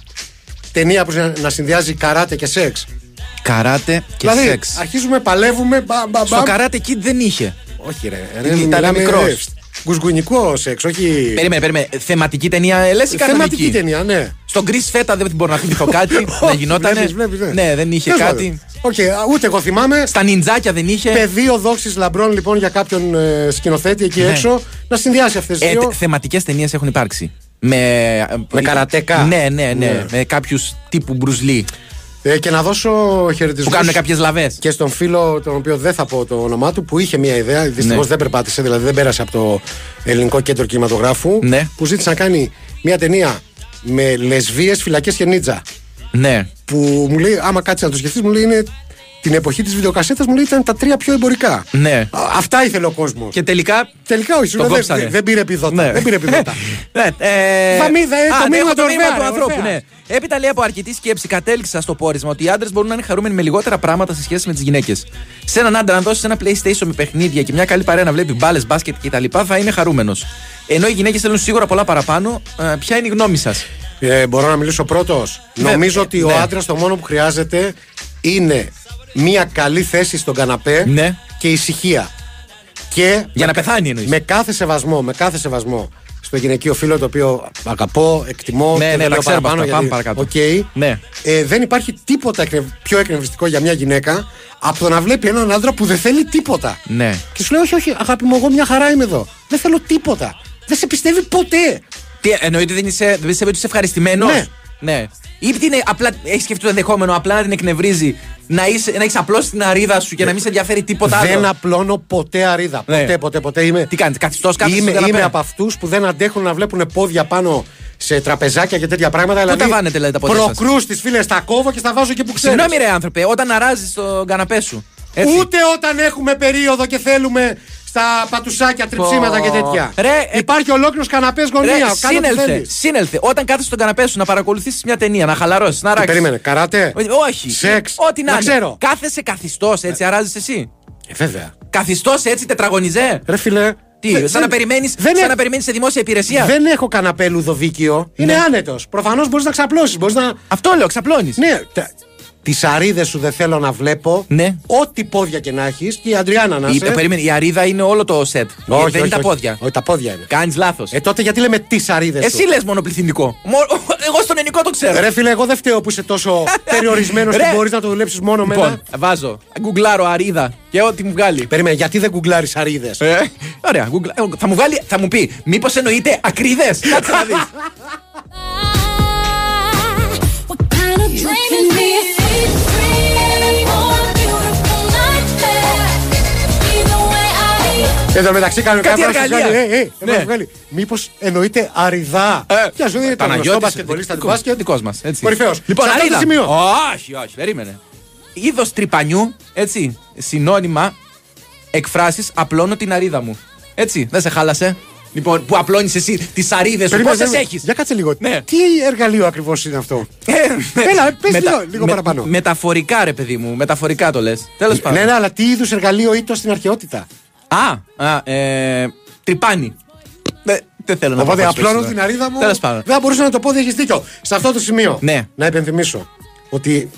Speaker 3: ταινία που να- να συνδυάζει καράτε και σεξ.
Speaker 4: Καράτε και
Speaker 3: δηλαδή,
Speaker 4: σεξ.
Speaker 3: αρχίζουμε, παλεύουμε, μπαμ, μπαμ,
Speaker 4: Στο
Speaker 3: μπαμ.
Speaker 4: καράτε kid δεν είχε.
Speaker 3: Όχι, ρε. ρε
Speaker 4: Ήταν
Speaker 3: μιλάμε,
Speaker 4: μικρός.
Speaker 3: ρε, Γκουσγουνικό σεξ, όχι.
Speaker 4: Περίμενε, περίμενε. Θεματική ταινία, λες ή
Speaker 3: Θεματική
Speaker 4: κανονική.
Speaker 3: ταινία, ναι.
Speaker 4: Στον Chris Φέτα δεν μπορώ να θυμηθώ κάτι. να
Speaker 3: Όχι,
Speaker 4: γινόταν.
Speaker 3: βλέπεις, βλέπεις, ναι.
Speaker 4: Ναι, δεν είχε
Speaker 3: Τέλος
Speaker 4: κάτι. Ναι.
Speaker 3: πάντων. Οκ, α, ούτε εγώ θυμάμαι.
Speaker 4: Στα νιντζάκια δεν είχε.
Speaker 3: Πεδίο δόξης λαμπρών λοιπόν για κάποιον ε, σκηνοθέτη εκεί
Speaker 4: Ναι.
Speaker 3: έξω να συνδυάσει αυτές τι
Speaker 4: Ε,
Speaker 3: δύο.
Speaker 4: Θεματικές ταινίες έχουν υπάρξει. Με, ε,
Speaker 3: Με καρατέκα.
Speaker 4: Ναι, ναι, ναι.
Speaker 3: Ναι.
Speaker 4: Με κάποιους τύπου Μπρουζλί
Speaker 3: Ε, και να δώσω χαιρετισμούς.
Speaker 4: που κάνουν κάποιες λαβές.
Speaker 3: και στον φίλο, τον οποίο δεν θα πω το όνομά του, που είχε μια ιδέα. Δυστυχώς
Speaker 4: Ναι.
Speaker 3: δεν περπάτησε, δηλαδή δεν πέρασε από το Ελληνικό Κέντρο Κινηματογράφου.
Speaker 4: Ναι.
Speaker 3: Που ζήτησε να κάνει μια ταινία με λεσβείε, φυλακές και νίτζα.
Speaker 4: Ναι.
Speaker 3: Που μου λέει, άμα κάτσεις να το σκεφτείς, μου λέει είναι την εποχή της βιντεοκασέτας, μου λέει ήταν τα τρία πιο εμπορικά.
Speaker 4: Ναι.
Speaker 3: Α, αυτά ήθελε ο κόσμος.
Speaker 4: Και τελικά.
Speaker 3: Τελικά όχι, σου
Speaker 4: Το
Speaker 3: λέω, δεν-
Speaker 4: κόψανε.
Speaker 3: δεν- δεν πήρε επιδότα.
Speaker 4: Ναι.
Speaker 3: Δεν πήρε επιδότα.
Speaker 4: Ναι, ε,
Speaker 3: Θα μη- δε-
Speaker 4: α,
Speaker 3: το
Speaker 4: ναι,
Speaker 3: μήνυμα
Speaker 4: έχω
Speaker 3: του
Speaker 4: το μήνυμα
Speaker 3: Ορφέα,
Speaker 4: του
Speaker 3: ρε,
Speaker 4: ανθρώπου,
Speaker 3: Ορφέα.
Speaker 4: ναι. Έπειτα λέει από αρκετή σκέψη, κατέληξα στο πόρισμα ότι οι άντρες μπορούν να είναι χαρούμενοι με λιγότερα πράγματα σε σχέση με τις γυναίκες. Σε έναν άντρα, να δώσεις ένα PlayStation με παιχνίδια και μια καλή παρέα να βλέπει μπάλες, μπάσκετ κτλ. θα είναι χαρούμενος. Ενώ οι γυναίκες θέλουν σίγουρα πολλά παραπάνω, ε, ποια είναι η γνώμη σας.
Speaker 3: Ε, μπορώ να μιλήσω πρώτος.
Speaker 4: Ναι,
Speaker 3: Νομίζω
Speaker 4: ε,
Speaker 3: ότι ο
Speaker 4: ναι.
Speaker 3: άντρας το μόνο που χρειάζεται είναι μια καλή θέση στον καναπέ
Speaker 4: Ναι.
Speaker 3: και ησυχία. Και
Speaker 4: Για να
Speaker 3: με-
Speaker 4: πεθάνει εννοείς.
Speaker 3: Με κάθε σεβασμό, με κάθε σεβασμό στο γυναικείο φίλο το οποίο αγαπώ, εκτιμώ. και
Speaker 4: Ναι, ναι,
Speaker 3: το
Speaker 4: τα
Speaker 3: λέω
Speaker 4: ξέρω
Speaker 3: παραπάνω,
Speaker 4: αυτά. Πάμε
Speaker 3: γιατί-
Speaker 4: παρακάτω.
Speaker 3: Οκ.
Speaker 4: Ναι.
Speaker 3: Ε, δεν υπάρχει τίποτα εκνευ- πιο εκνευριστικό για μια γυναίκα από το να βλέπει έναν άντρα που δεν θέλει τίποτα.
Speaker 4: Ναι.
Speaker 3: Και σου λέει, Όχι, όχι, αγάπη μου, εγώ μια χαρά είμαι εδώ. Δεν θέλω τίποτα. Δεν σε πιστεύει ποτέ.
Speaker 4: Τι εννοείται δεν είσαι, δεν πιστεύει ότι είσαι ευχαριστημένος. Ναι. ναι. Ή τι είναι, απλά έχεις σκεφτεί το ενδεχόμενο, απλά να την εκνευρίζει, να, είσαι, να έχεις απλώσει την αρίδα σου και να μην σε ενδιαφέρει τίποτα άλλο.
Speaker 3: δεν απλώνω ποτέ αρίδα.
Speaker 4: Ναι.
Speaker 3: Ποτέ, ποτέ, ποτέ είμαι.
Speaker 4: Τι κάνετε, καθιστό κάθεσαι
Speaker 3: είμαι,
Speaker 4: στον καναπέ.
Speaker 3: είμαι από αυτούς που δεν αντέχουν να βλέπουν πόδια πάνω σε τραπεζάκια και τέτοια πράγματα.
Speaker 4: Πού
Speaker 3: δηλαδή,
Speaker 4: τα βάνετε, λέτε, τα πόδια σας?
Speaker 3: Προκρούς τις φίλες, τα κόβω και τα βάζω εκεί που ξέρω.
Speaker 4: Συγγνώμη, ρε άνθρωπε, όταν αράζεις τον καναπέ σου. Έτσι.
Speaker 3: Ούτε όταν έχουμε περίοδο και θέλουμε στα πατουσάκια, τριψίματα και τέτοια.
Speaker 4: Ρε, ε,
Speaker 3: Υπάρχει ολόκληρος καναπές
Speaker 4: Ρε,
Speaker 3: γωνία. Κάνε ό,τι
Speaker 4: σύνελθε,
Speaker 3: θέλεις.
Speaker 4: σύνελθε. Όταν κάθεσαι στον καναπέ σου να παρακολουθήσεις μια ταινία, να χαλαρώσεις, να
Speaker 3: Τι
Speaker 4: ράξει.
Speaker 3: Ε, περίμενε, καράτε?
Speaker 4: Όχι.
Speaker 3: Σεξ?
Speaker 4: Ό,τι να,
Speaker 3: Να
Speaker 4: είναι.
Speaker 3: ξέρω.
Speaker 4: Κάθεσαι καθιστός, έτσι, αράζεις εσύ.
Speaker 3: Ε, βέβαια.
Speaker 4: Καθιστός έτσι, τετραγωνιζέ.
Speaker 3: Ρε φίλε.
Speaker 4: Τι,
Speaker 3: δεν-
Speaker 4: σαν να
Speaker 3: δεν-
Speaker 4: περιμένεις
Speaker 3: δεν έχω-
Speaker 4: σε δημόσια υπηρεσία.
Speaker 3: Δεν έχω καναπέ λουδοβίκιο. Είναι
Speaker 4: Ναι.
Speaker 3: άνετος. Προφανώς μπορείς να ξαπλώσεις. Μπορείς να...
Speaker 4: Αυτό λέω, ξαπλώνεις.
Speaker 3: Ναι. Τα... Τις αρίδες σου δεν θέλω να βλέπω.
Speaker 4: Ναι.
Speaker 3: Ό,τι πόδια και να έχεις και η Αντριάννα να
Speaker 4: Η,
Speaker 3: είσαι.
Speaker 4: περίμενε, η αρίδα είναι όλο το σετ. Ε,
Speaker 3: Όχι,
Speaker 4: δεν είναι
Speaker 3: όχι,
Speaker 4: τα
Speaker 3: όχι.
Speaker 4: πόδια.
Speaker 3: Όχι, τα πόδια είναι.
Speaker 4: Κάνεις λάθος.
Speaker 3: Ε, τότε γιατί λέμε τις αρίδες.
Speaker 4: Εσύ λε μονοπληθυντικό. Μο... Εγώ στον ελληνικό το ξέρω.
Speaker 3: Ρε φίλε, εγώ δεν φταίω που είσαι τόσο περιορισμένος και
Speaker 4: Ρε.
Speaker 3: μπορείς να το δουλέψεις μόνο με ένα.
Speaker 4: Λοιπόν, βάζω. Γκουγκλάρω αρίδα και ό,τι μου βγάλει.
Speaker 3: Περίμενε, γιατί δεν γκουγκλάρεις αρίδες.
Speaker 4: Ε, ωραία, γκουγκλα- ε, θα μου, βγάλει, θα μου πει, μήπως εννοείται ακρίδες. Κάτσε να δεις.
Speaker 3: Εν τω μεταξύ κάνω
Speaker 4: Κάτι
Speaker 3: κάτι
Speaker 4: εργαλεία. Ναι.
Speaker 3: άλλο. Μήπως εννοείται αριδά. Και α δούμε τον γνωστό μπασκετμπολίστα του μπάσκετ.
Speaker 4: Δικός μας.
Speaker 3: Κορυφαίος.
Speaker 4: Λοιπόν, αρίδα.
Speaker 3: σημείο.
Speaker 4: Όχι, όχι, περίμενε. Είδος τρυπανιού, έτσι. Συνώνυμα εκφράσεις απλώνω την αρίδα μου. Έτσι, δεν σε χάλασε. Λοιπόν, που απλώνεις εσύ τις αρίδες σου.
Speaker 3: Περίμενε,
Speaker 4: Πόσες
Speaker 3: περίμενε.
Speaker 4: έχεις.
Speaker 3: Για κάτσε λίγο.
Speaker 4: Ναι.
Speaker 3: Τι εργαλείο ακριβώς είναι αυτό.
Speaker 4: Ε,
Speaker 3: Έλα, πες λίγο- λίγο παραπάνω.
Speaker 4: Μεταφορικά, ρε παιδί μου, μεταφορικά το λες. Τέλος πάντων.
Speaker 3: Ναι, ναι, αλλά τι είδους εργαλείο ήταν στην αρχαιότητα.
Speaker 4: Α, α ε, τρυπάνι. Ε, δεν θέλω να
Speaker 3: Οπότε
Speaker 4: προχωρήσω
Speaker 3: απλώνω
Speaker 4: τώρα.
Speaker 3: την αρίδα μου.
Speaker 4: Τέλος πάντων.
Speaker 3: Δεν θα μπορούσα να το πω, δεν έχεις δίκιο. Σε αυτό το σημείο
Speaker 4: Ναι.
Speaker 3: να υπενθυμίσω ότι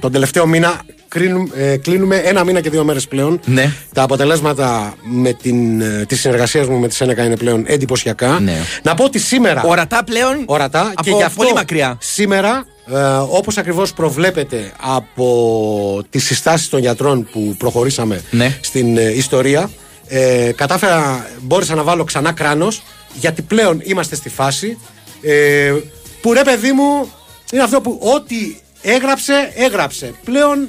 Speaker 3: τον τελευταίο μήνα κρίνουμε- ε, κλείνουμε ένα μήνα και δύο μέρες πλέον.
Speaker 4: Ναι.
Speaker 3: Τα αποτελέσματα με την, ε, της συνεργασίας μου με τη Σένεκα είναι πλέον εντυπωσιακά.
Speaker 4: Ναι.
Speaker 3: Να πω ότι σήμερα...
Speaker 4: Ορατά πλέον.
Speaker 3: Ορατά και
Speaker 4: από
Speaker 3: γι' αυτό
Speaker 4: πολύ μακριά.
Speaker 3: σήμερα, ε, όπως ακριβώς προβλέπεται από τις συστάσεις των γιατρών που προχωρήσαμε
Speaker 4: Ναι.
Speaker 3: στην ε, ιστορία, ε, κατάφερα, μπόρεσα να βάλω ξανά κράνος, γιατί πλέον είμαστε στη φάση ε, που ρε παιδί μου, είναι αυτό που ό,τι έγραψε, έγραψε. Πλέον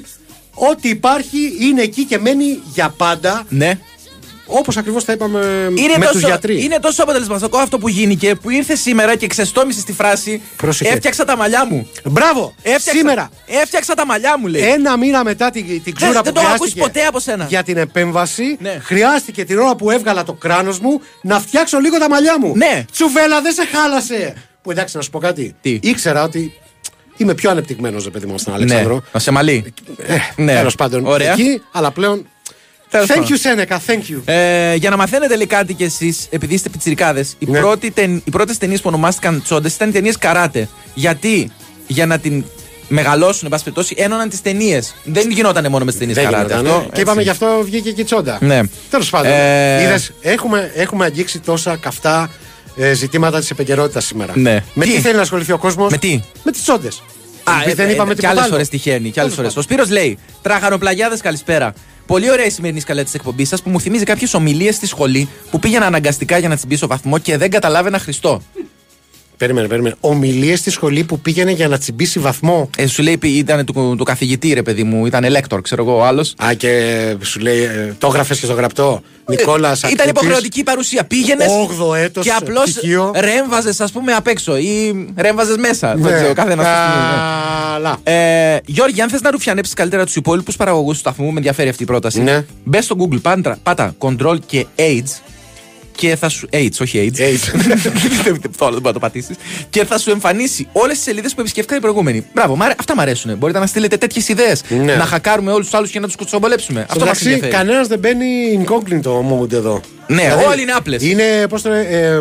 Speaker 3: ό,τι υπάρχει είναι εκεί και μένει για πάντα.
Speaker 4: Ναι.
Speaker 3: Όπως ακριβώς τα είπαμε
Speaker 4: Είναι
Speaker 3: με
Speaker 4: τόσο,
Speaker 3: τους γιατροί.
Speaker 4: είναι τόσο αποτελεσματικό αυτό που γίνηκε που ήρθε σήμερα και ξεστόμησε στη φράση
Speaker 3: Πρόσεχε.
Speaker 4: Έφτιαξα τα μαλλιά μου.
Speaker 3: Μπράβο!
Speaker 4: Έφτιαξα,
Speaker 3: Σήμερα Ε,
Speaker 4: Έφτιαξα τα μαλλιά μου, λέει.
Speaker 3: Ένα μήνα μετά την, την ξούρα
Speaker 4: δεν
Speaker 3: που
Speaker 4: το έχω ακούσει
Speaker 3: χρειάστηκε
Speaker 4: ποτέ από σένα.
Speaker 3: για την επέμβαση,
Speaker 4: Ναι.
Speaker 3: χρειάστηκε την ώρα που έβγαλα το κράνος μου να φτιάξω λίγο τα μαλλιά μου.
Speaker 4: Ναι.
Speaker 3: Τσουβέλα, δεν σε χάλασε. Που εντάξει, να σου πω κάτι.
Speaker 4: Τι?
Speaker 3: Ήξερα ότι είμαι πιο ανεπτυγμένος, ρε παιδί μου, στον Αλεξάνδρο.
Speaker 4: Ναι. Σε μαλλί.
Speaker 3: Ναι. Τέλος πάντων.
Speaker 4: Ωραία.
Speaker 3: Εκεί, αλλά πλέον.
Speaker 4: Τέλος
Speaker 3: thank
Speaker 4: πάντων.
Speaker 3: you, Σένεκα, thank you.
Speaker 4: Ε, για να μαθαίνετε λέει κάτι κι εσείς, επειδή είστε πιτσιρικάδες, οι,
Speaker 3: Ναι.
Speaker 4: πρώτοι τεν- οι πρώτες ταινίες που ονομάστηκαν τσόντες ήταν οι ταινίες καράτε. Γιατί για να την μεγαλώσουν, εν πάση περιπτώσει, ένωναν τις ταινίες. Δεν γινόταν μόνο μες τι ταινίες
Speaker 3: Δεν
Speaker 4: καράτε.
Speaker 3: γινόταν,
Speaker 4: αυτό,
Speaker 3: ναι.
Speaker 4: έτσι.
Speaker 3: Και είπαμε γι' αυτό βγήκε και η τσόντα.
Speaker 4: Ναι.
Speaker 3: Τέλος πάντων.
Speaker 4: Ε,
Speaker 3: Είδες, έχουμε, έχουμε αγγίξει τόσα καυτά ε, ζητήματα της επικαιρότητας σήμερα.
Speaker 4: Ναι.
Speaker 3: Με τι,
Speaker 4: Τι?
Speaker 3: θέλει να ασχοληθεί ο κόσμος,
Speaker 4: Με τι?
Speaker 3: με τις τσόντες.
Speaker 4: Α, ε,
Speaker 3: δεν
Speaker 4: ε,
Speaker 3: είπαμε
Speaker 4: Κι
Speaker 3: τίποτα
Speaker 4: άλλες
Speaker 3: άλλο.
Speaker 4: φορές τυχαίνει. Κι άλλες
Speaker 3: Τέλος
Speaker 4: φορές. Ο
Speaker 3: πάντων.
Speaker 4: Σπύρος λέει: Τραχανοπλαγιάδε, καλησπέρα. Πολύ ωραία η σημερινή σκαλέτα της εκπομπής σας που μου θυμίζει κάποιες ομιλίες στη σχολή που πήγαινα αναγκαστικά για να τι μπει στο βαθμό και δεν καταλάβαινα Χριστό.
Speaker 3: Περίμενε, περίμενε. Ομιλίες στη σχολή που πήγαινε για να τσιμπήσει βαθμό.
Speaker 4: Ε, σου λέει ήταν του, του καθηγητή, ρε παιδί μου, ήταν λέκτορ, ξέρω εγώ, ο άλλος.
Speaker 3: Α, και ε, σου λέει, ε, το έγραφες και στο γραπτό. Νικόλα,
Speaker 4: Ε, Ήταν υποχρεωτική η παρουσία. Πήγαινες.
Speaker 3: Όγδοο έτος
Speaker 4: Και απλώς
Speaker 3: πτυχίο.
Speaker 4: ρέμβαζες, ας πούμε, απ' έξω ή ρέμβαζες μέσα.
Speaker 3: Ναι,
Speaker 4: Δεν ξέρω, καθένα. ναι.
Speaker 3: Καλά.
Speaker 4: Ε, Γιώργη, αν θες να ρουφιανέψεις καλύτερα τους υπόλοιπους παραγωγούς του σταθμού, με ενδιαφέρει αυτή η πρόταση.
Speaker 3: Ναι.
Speaker 4: Μπες στο Google, πάντρα, πάτα Control και AIDS και θα σου. AIDS, όχι AIDS. δεν το άλλο, δεν μπορεί να το πατήσεις. Και θα σου εμφανίσει όλες τις σελίδες που επισκέφτηκαν οι προηγούμενοι. Μπράβο, μ' αρέ- αυτά μου αρέσουν. Μπορείτε να στείλετε τέτοιες ιδέες.
Speaker 3: Ναι.
Speaker 4: Να χακάρουμε όλους τους άλλους και να τους κουτσομπολέψουμε.
Speaker 3: Στο
Speaker 4: Αυτό μας
Speaker 3: μεταξύ,
Speaker 4: ενδιαφέρει.
Speaker 3: κανένας δεν μπαίνει incognito moment εδώ. Δηλαδή,
Speaker 4: Ναι, όλοι είναι άπλες.
Speaker 3: Είναι, πώς το λένε, ε,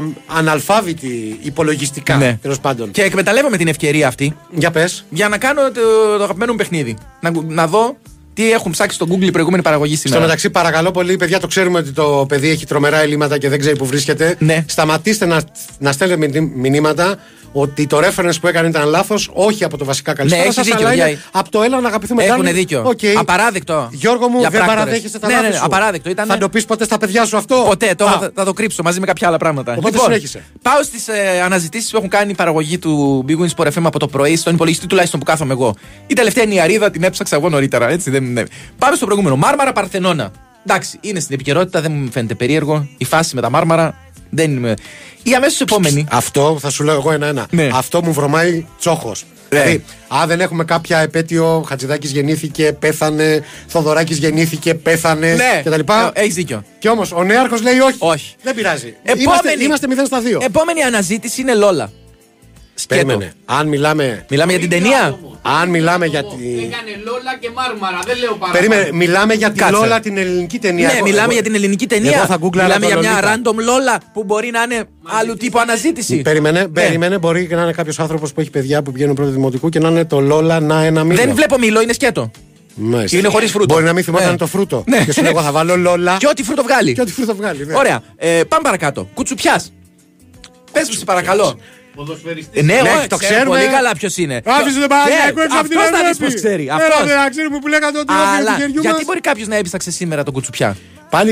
Speaker 3: αναλφάβητοι υπολογιστικά.
Speaker 4: Ναι.
Speaker 3: Τέλος πάντων.
Speaker 4: Και εκμεταλλεύομαι την ευκαιρία αυτή
Speaker 3: Για πες.
Speaker 4: για να κάνω το, το αγαπημένο μου παιχνίδι. Να, να δω Τι έχουν ψάξει στο Google η προηγούμενη παραγωγή
Speaker 3: Στο
Speaker 4: σήμερα.
Speaker 3: μεταξύ, παρακαλώ πολύ, παιδιά, το ξέρουμε ότι το παιδί έχει τρομερά ελλείμματα και δεν ξέρει που βρίσκεται.
Speaker 4: Ναι.
Speaker 3: Σταματήστε να, να στέλνετε μηνύ- μηνύματα ότι το reference που έκανε ήταν λάθος, όχι από το βασικά καλησπέρα
Speaker 4: έχεις
Speaker 3: σας,
Speaker 4: Ναι, δίκιο,
Speaker 3: αλλά
Speaker 4: Γιάννη.
Speaker 3: είναι από το έλα να αγαπηθούμε
Speaker 4: Έχουν
Speaker 3: Γιάννη.
Speaker 4: δίκιο.
Speaker 3: Οκ.
Speaker 4: Απαράδεκτο.
Speaker 3: Γιώργο μου,
Speaker 4: Για
Speaker 3: δεν
Speaker 4: πράκτορες.
Speaker 3: παραδέχεσαι τα
Speaker 4: ναι,
Speaker 3: λάθη
Speaker 4: ναι, ναι,
Speaker 3: σου.
Speaker 4: απαράδεκτο. Ήταν...
Speaker 3: Θα το πει ποτέ στα παιδιά σου αυτό.
Speaker 4: Ποτέ, τώρα
Speaker 3: Α.
Speaker 4: θα, θα το κρύψω μαζί με κάποια άλλα πράγματα. Λοιπόν,
Speaker 3: Οπότε συνέχισε.
Speaker 4: Πάω στις ε, αναζητήσεις που έχουν κάνει η παραγωγή του Big Wings Sport FM από το πρωί, στον υπολογιστή τουλάχιστον που κάθομαι εγώ. Η τελευταία είναι η αρίδα, την έψαξα εγώ νωρίτερα. Έτσι, δεν, ναι. Πάμε στο προηγούμενο. Μάρμαρα Παρθενώνα. Εντάξει, είναι στην επικαιρότητα, δεν μου φαίνεται περίεργο. Η φάση με τα μάρμαρα δεν είναι. Η αμέσως επόμενη.
Speaker 3: Αυτό θα σου λέω εγώ ένα-ένα.
Speaker 4: Ναι.
Speaker 3: Αυτό μου βρωμάει τσόχος. Δηλαδή, αν δεν έχουμε κάποια επέτειο, Χατζηδάκης γεννήθηκε, πέθανε, Θοδωράκης γεννήθηκε, πέθανε
Speaker 4: Ναι,
Speaker 3: κτλ.
Speaker 4: έχεις δίκιο.
Speaker 3: Και όμως ο νέαρχος λέει όχι.
Speaker 4: Όχι.
Speaker 3: Δεν πειράζει.
Speaker 4: Επόμενη. Ε,
Speaker 3: Είμαστε, είμαστε 0 στα 2.
Speaker 4: Επόμενη αναζήτηση είναι Λόλα. Σκέτο.
Speaker 3: Περίμενε. Αν μιλάμε.
Speaker 4: Μιλάμε για την ταινία.
Speaker 3: Αν μιλάμε για την.
Speaker 14: Έκανε Λόλα και Μάρμαρα, δεν λέω παραπάνω.
Speaker 3: Περίμενε, μιλάμε για την
Speaker 4: Κάτσε.
Speaker 3: Λόλα την ελληνική ταινία.
Speaker 4: Ναι,
Speaker 3: Εγώ-
Speaker 4: μιλάμε
Speaker 3: εγώ-
Speaker 4: για την ελληνική ταινία.
Speaker 3: Εγώ θα Google
Speaker 4: μιλάμε για μια
Speaker 3: Λόλα.
Speaker 4: random Λόλα που μπορεί να είναι άλλου τύπου αναζήτηση.
Speaker 3: Περίμενε,
Speaker 4: Ναι.
Speaker 3: περίμενε, μπορεί και να είναι κάποιος άνθρωπος που έχει παιδιά που πηγαίνουν πρώτο δημοτικού και να είναι το Λόλα να ένα μήνυμα.
Speaker 4: Δεν βλέπω μήλο, είναι σκέτο.
Speaker 3: Μάλιστα.
Speaker 4: Είναι χωρίς φρούτο.
Speaker 3: Μπορεί να μην θυμόταν
Speaker 4: Ναι.
Speaker 3: το φρούτο.
Speaker 4: Ναι.
Speaker 3: Και σου λέω, εγώ θα βάλω Λόλα.
Speaker 4: Και ό,τι φρούτο βγάλει.
Speaker 3: Και ό,τι φρούτο βγάλει. Ναι.
Speaker 4: Ωραία. Ε, πάμε παρακάτω. Κουτσουπιάς. Πες μου, σε παρακαλώ. Ε,
Speaker 14: Ποδοσφαιριστής.
Speaker 4: ναι,
Speaker 3: Ναι,
Speaker 4: όχι,
Speaker 3: το
Speaker 4: ξέρω
Speaker 3: ξέρουμε.
Speaker 4: Πολύ καλά ποιος είναι. Ναι,
Speaker 3: Άφησε τον Παναγιακό έξω από την
Speaker 4: Αυτός θα δεις
Speaker 3: Ευρώπη.
Speaker 4: πως ξέρει.
Speaker 3: Έλα,
Speaker 4: Αυτός.
Speaker 3: ρε, να ξέρουμε που λέγατε ότι είναι
Speaker 4: Αλλά
Speaker 3: του χεριού
Speaker 4: γιατί
Speaker 3: μας.
Speaker 4: μπορεί κάποιος να έψαξε σήμερα τον κουτσουπιά.
Speaker 3: Πάλι,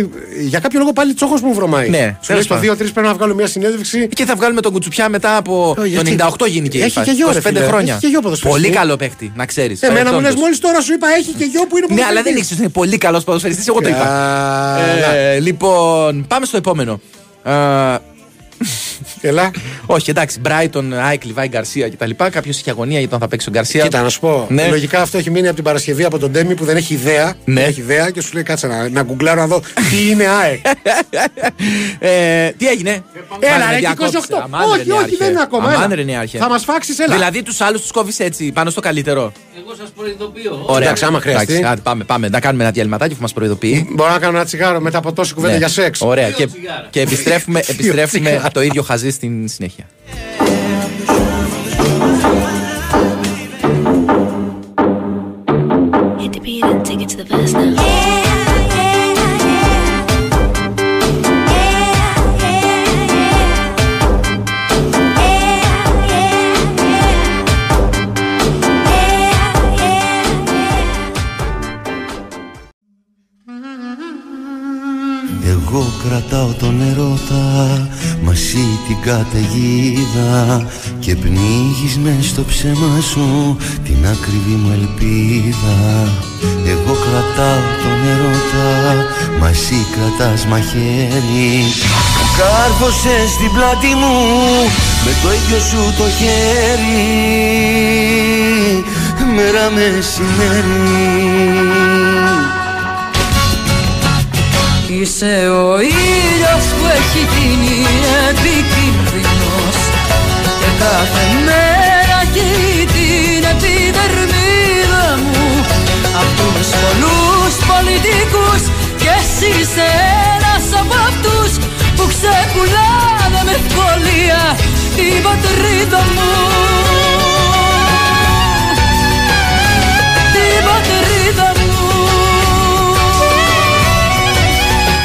Speaker 3: για κάποιο λόγο πάλι τσόχος μου βρωμάει.
Speaker 4: Ναι,
Speaker 3: Σου λέει
Speaker 4: τέλος
Speaker 3: στο 2-3
Speaker 4: πάντων.
Speaker 3: πρέπει να βγάλω μια συνέντευξη.
Speaker 4: Και θα βγάλουμε τον κουτσουπιά μετά από
Speaker 3: Όχι,
Speaker 4: το
Speaker 3: γιατί-
Speaker 4: 98 γίνηκε. η
Speaker 3: Έχει
Speaker 4: φάση.
Speaker 3: και γιο, ρε
Speaker 4: 25
Speaker 3: φίλε.
Speaker 4: χρόνια.
Speaker 3: Έχει και γιο ποδοσφαιριστή. Ε,
Speaker 4: Πολύ καλό παίχτη, να ξέρεις.
Speaker 3: Εμένα μου λες μόλις τώρα σου είπα έχει και γιο που είναι
Speaker 4: Ναι, αλλά δεν
Speaker 3: ποδοσφαιριστής.
Speaker 4: ήξερε είναι πολύ καλός ποδοσφαιριστής. Εγώ το είπα.
Speaker 3: Καλά.
Speaker 4: Ε, λοιπόν, πάμε στο επόμενο. Ε,
Speaker 3: Ελά.
Speaker 4: Όχι, εντάξει. Μπράιτον, Άικ, Λιβάη, Γκαρσία κτλ. Κάποιο είχε αγωνία για το αν θα παίξει ο Γκαρσία.
Speaker 3: Κοίτα, να σου πω.
Speaker 4: Ναι.
Speaker 3: Λογικά αυτό έχει μείνει από την Παρασκευή από τον Ντέμι που δεν έχει ιδέα. Δεν έχει ιδέα και σου λέει κάτσε να, να γκουγκλάρω να δω τι είναι ΑΕΚ.
Speaker 4: Ε, τι έγινε. Μάλλον
Speaker 3: Έλα, ρε,
Speaker 4: διακόψε.
Speaker 3: 28.
Speaker 4: Αμάν, ρε,
Speaker 3: όχι, όχι,
Speaker 4: νεάρχε.
Speaker 3: δεν είναι ακόμα.
Speaker 4: Αμάν,
Speaker 3: έλα.
Speaker 4: ρε, νεάρχε.
Speaker 3: Θα μας φάξεις, έλα.
Speaker 4: Δηλαδή τους άλλους τους κόβεις έτσι πάνω στο καλύτερο.
Speaker 14: Εγώ σας προειδοποιώ.
Speaker 4: Ωραία.
Speaker 3: Εντάξει, άμα χρειαστεί.
Speaker 4: Εντάξει, άντε, πάμε, πάμε, να κάνουμε ένα διαλυματάκι που μας προειδοποιεί.
Speaker 3: Μπορώ να κάνω ένα τσιγάρο μετά από τόση κουβέντα
Speaker 4: Ναι.
Speaker 3: για σεξ.
Speaker 4: Ωραία. Και,
Speaker 14: τσιγάρα.
Speaker 4: και επιστρέφουμε,
Speaker 3: Δύο
Speaker 4: επιστρέφουμε
Speaker 3: τσιγάρα.
Speaker 4: από το ίδιο χαζί στην συνέχεια.
Speaker 15: Hit the beat and take it to the best now.
Speaker 16: Εγώ κρατάω τον ερώτα Μα εσύ την καταιγίδα Και πνίγεις μες στο ψέμα σου Την άκριβη μου ελπίδα Εγώ κρατάω τον ερώτα Μα εσύ κρατάς μαχαίρι Που κάρβωσες την πλάτη μου Με το ίδιο σου το χέρι Μέρα μεσημέρι
Speaker 17: Είσαι ο ήλιος που έχει γίνει επικίνδυνος Και κάθε μέρα καίει την επιδερμίδα μου Απ' τους πολλούς πολιτικούς Και εσύ είσαι ένας από αυτούς Που ξεκουλάνε με ευκολία την πατρίδα μου Την πατρίδα μου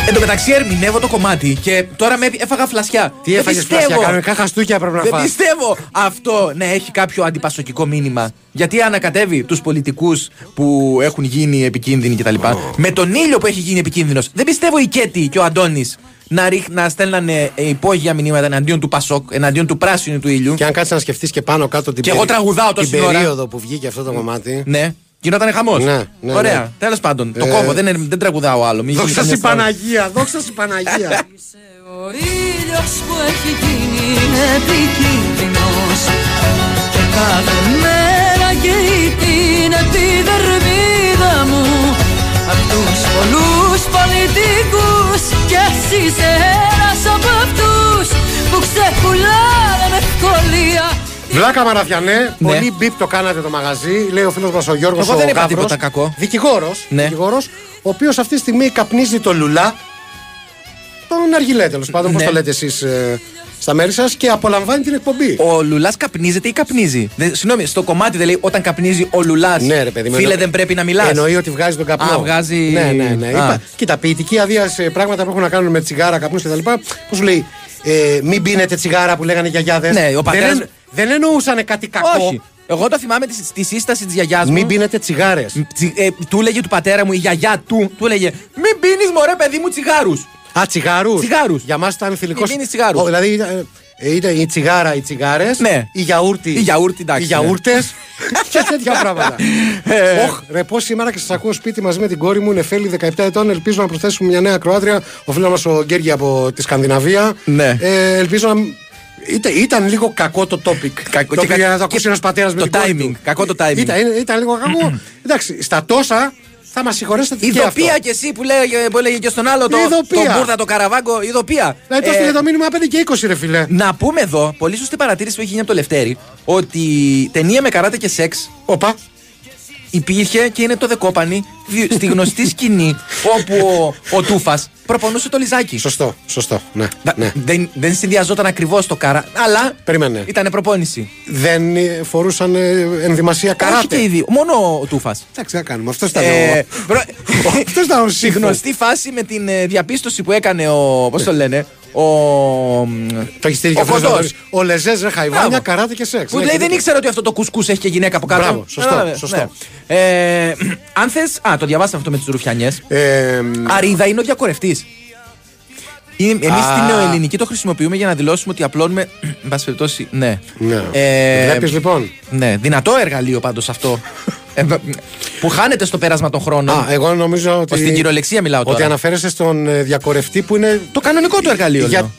Speaker 4: Εν τω μεταξύ, ερμηνεύω το κομμάτι και τώρα με έφαγα φλασιά.
Speaker 3: Τι
Speaker 4: Δεν
Speaker 3: έφαγες
Speaker 4: πιστεύω.
Speaker 3: πλάσια, κανονικά χαστούκια πρέπει να
Speaker 4: Δεν
Speaker 3: φας.
Speaker 4: πιστεύω αυτό να έχει κάποιο αντιπασοκικό μήνυμα. Γιατί ανακατεύει τους πολιτικούς που έχουν γίνει επικίνδυνοι κτλ. Με τον ήλιο που έχει γίνει επικίνδυνος. Δεν πιστεύω η Κέτη και ο Αντώνης να, ρίχ- να στέλνανε ε, υπόγεια μηνύματα εναντίον του Πασόκ, εναντίον του πράσινου του ήλιου.
Speaker 3: Και αν κάτσεις να σκεφτείς και πάνω κάτω την,
Speaker 4: Και εγώ τραγουδάω
Speaker 3: την
Speaker 4: τόση ώρα.
Speaker 3: περίοδο που βγήκε αυτό το κομμάτι.
Speaker 4: Ναι. Γινόταν χαμός.
Speaker 3: Ναι, ναι,
Speaker 4: Ωραία.
Speaker 3: ναι.
Speaker 4: Τέλος πάντων. Το
Speaker 3: Ε,
Speaker 4: κόβω. Δεν, είναι- δεν τραγουδάω άλλο. Μην γίνει
Speaker 3: Δόξα
Speaker 4: καμιά
Speaker 3: στην
Speaker 4: στραβή.
Speaker 3: Παναγία, δόξα στην Παναγία.
Speaker 17: Ο ήλιος που έχει γίνει επικίνδυνος Και κάθε μέρα καίει την επιδερμίδα μου Απ' τους πολλούς πολιτικούς Κι εσύ είσαι ένας από αυτούς Που ξεκουλάνε με ευκολία
Speaker 3: Βλάκα Μαραθιανέ, πολύ μπίπ το κάνατε το μαγαζί. Λέει ο φίλος μας ο Γιώργος
Speaker 4: Ναι. Εγώ
Speaker 3: ο
Speaker 4: δεν είπα
Speaker 3: Γαβρός,
Speaker 4: τίποτα κακό.
Speaker 3: Δικηγόρος,
Speaker 4: Ναι.
Speaker 3: δικηγόρος, ο οποίος αυτή τη στιγμή καπνίζει το λουλά. Τον αργιλέ τέλος πάντων, πώς
Speaker 4: Ναι.
Speaker 3: το λέτε εσείς στα μέρη σας και απολαμβάνει την εκπομπή.
Speaker 4: Ο Λουλάς καπνίζεται ή καπνίζει. Δεν- συγγνώμη, στο κομμάτι δεν λέει όταν καπνίζει ο Λουλάς.
Speaker 3: Ναι, ρε παιδί μου,
Speaker 4: Φίλε,
Speaker 3: εννο-
Speaker 4: δεν πρέπει να μιλάς.
Speaker 3: Εννοεί ότι βγάζει τον καπνό.
Speaker 4: Α, βγάζει.
Speaker 3: Ναι, ναι, ναι.
Speaker 4: Α.
Speaker 3: Είπα, κοίτα, ποιητική αδεία σε πράγματα που έχουν να κάνουν με τσιγάρα, καπνούς κτλ. Πώς λέει, ε, μην πίνετε τσιγάρα που λέγανε οι γιαγιάδες.
Speaker 4: Ναι, ο πατέρας-
Speaker 3: δεν, εν- δεν εννοούσαν κάτι κακό.
Speaker 4: Όχι. Εγώ το θυμάμαι τη, τη σύσταση της γιαγιάς μου.
Speaker 3: Μην πίνετε τσιγάρες.
Speaker 4: Τσι- ε, του έλεγε του πατέρα μου, η γιαγιά του, του έλεγε Μην πίνεις μωρέ παιδί μου τσιγάρους.
Speaker 3: Α, τσιγάρους.
Speaker 4: Τσιγάρους.
Speaker 3: Για μας ήταν φιλικό.
Speaker 4: Μην πίνεις τσιγάρους.
Speaker 3: Ο, δηλαδή ήταν, ε, ήταν η τσιγάρα, οι τσιγάρες.
Speaker 4: Ναι.
Speaker 3: Η γιαούρτι.
Speaker 4: Η γιαούρτι, εντάξει,
Speaker 3: Οι
Speaker 4: ναι. Ε.
Speaker 3: γιαούρτες. και τέτοια πράγματα. Οχ, ρε, πώς σήμερα και σας ακούω σπίτι μαζί με την κόρη μου, Νεφέλη 17 ετών. Ελπίζω να προσθέσουμε μια νέα Κροάτρια. Ο φίλο μα ο Γκέργη από τη Σκανδιναβία.
Speaker 4: Ναι.
Speaker 3: Ε, ελπίζω να. Ήταν, ήταν λίγο κακό το topic.
Speaker 4: Κακό-
Speaker 3: το
Speaker 4: και
Speaker 3: οποίο
Speaker 4: κα-
Speaker 3: να το ακούσει
Speaker 4: και
Speaker 3: ένας πατέρας με
Speaker 4: το
Speaker 3: την κόρη
Speaker 4: timing.
Speaker 3: του. Ε,
Speaker 4: Κακό το timing.
Speaker 3: Ήταν, ήταν λίγο κακό. Εντάξει, στα τόσα θα μας συγχωρέσετε και αυτό.
Speaker 4: Ειδοπία και εσύ που λέγε, που έλεγε και στον άλλο το,
Speaker 3: Ειδοπία.
Speaker 4: τον Μπούρδα, το καραβάγκο. Ειδοπία.
Speaker 3: Δηλαδή το
Speaker 4: Ε, Ναι,
Speaker 3: έστειλε το μήνυμα 5 και 20, ρε φιλέ.
Speaker 4: Να πούμε εδώ, πολύ σωστή παρατήρηση που έχει γίνει από το Λευτέρη, ότι ταινία με καράτε και σεξ.
Speaker 3: Όπα.
Speaker 4: Υπήρχε και είναι το δεκόπανη δι- στη γνωστή σκηνή όπου ο, ο Τούφας προπονούσε το λιζάκι.
Speaker 3: Σωστό, σωστό. Ναι, ναι.
Speaker 4: Δεν, δεν συνδυαζόταν ακριβώς το καρά, αλλά
Speaker 3: Περίμενε.
Speaker 4: ήταν προπόνηση.
Speaker 3: Δεν ε, φορούσαν ε, ενδυμασία καράτε.
Speaker 4: Όχι και οι δύο. Μόνο ο Τούφας.
Speaker 3: Εντάξει, θα κάνουμε. Αυτός ήταν
Speaker 4: Ε,
Speaker 3: ο. Αυτός ήταν ο
Speaker 4: Στη
Speaker 3: σύγχρονος.
Speaker 4: γνωστή φάση με την ε, διαπίστωση που έκανε ο. Πώς το λένε. Ο.
Speaker 3: Το έχει στείλει και
Speaker 4: ο
Speaker 3: αυτός Ε. να
Speaker 4: Κοντός.
Speaker 3: γνωρίζει. Ο Λεζές, ρε Χαϊβάνια,
Speaker 4: Μπράβο.
Speaker 3: καράτε και σεξ.
Speaker 4: Που
Speaker 3: Ναι,
Speaker 4: λέει
Speaker 3: και
Speaker 4: δεν
Speaker 3: δίκιο.
Speaker 4: ήξερα ότι αυτό το κουσκούς έχει και γυναίκα από κάτω.
Speaker 3: Μπράβο, σωστό,
Speaker 4: Κατάλαβε,
Speaker 3: σωστό.
Speaker 4: ναι. Ε, αν θες. Α, το διαβάσαμε αυτό με τις ρουφιανιές.
Speaker 3: Ε,
Speaker 4: Αρίδα είναι ο διακορευτής. Εμεί
Speaker 3: Α.
Speaker 4: στην νεοελληνική το χρησιμοποιούμε για να δηλώσουμε ότι απλώνουμε. Εν πάση περιπτώσει, ναι.
Speaker 3: Ναι.
Speaker 4: Ε,
Speaker 3: Βλέπεις λοιπόν.
Speaker 4: Ναι, δυνατό εργαλείο πάντως αυτό. Ε, βα- που χάνεται στο πέρασμα των χρόνων.
Speaker 3: Α, εγώ νομίζω ότι.
Speaker 4: ναι. Ως την κυριολεξία μιλάω τώρα.
Speaker 3: Ότι αναφέρεσαι στον ε, διακορευτή που είναι.
Speaker 4: Το κανονικό του εργαλείο.
Speaker 3: Για-
Speaker 4: λέω.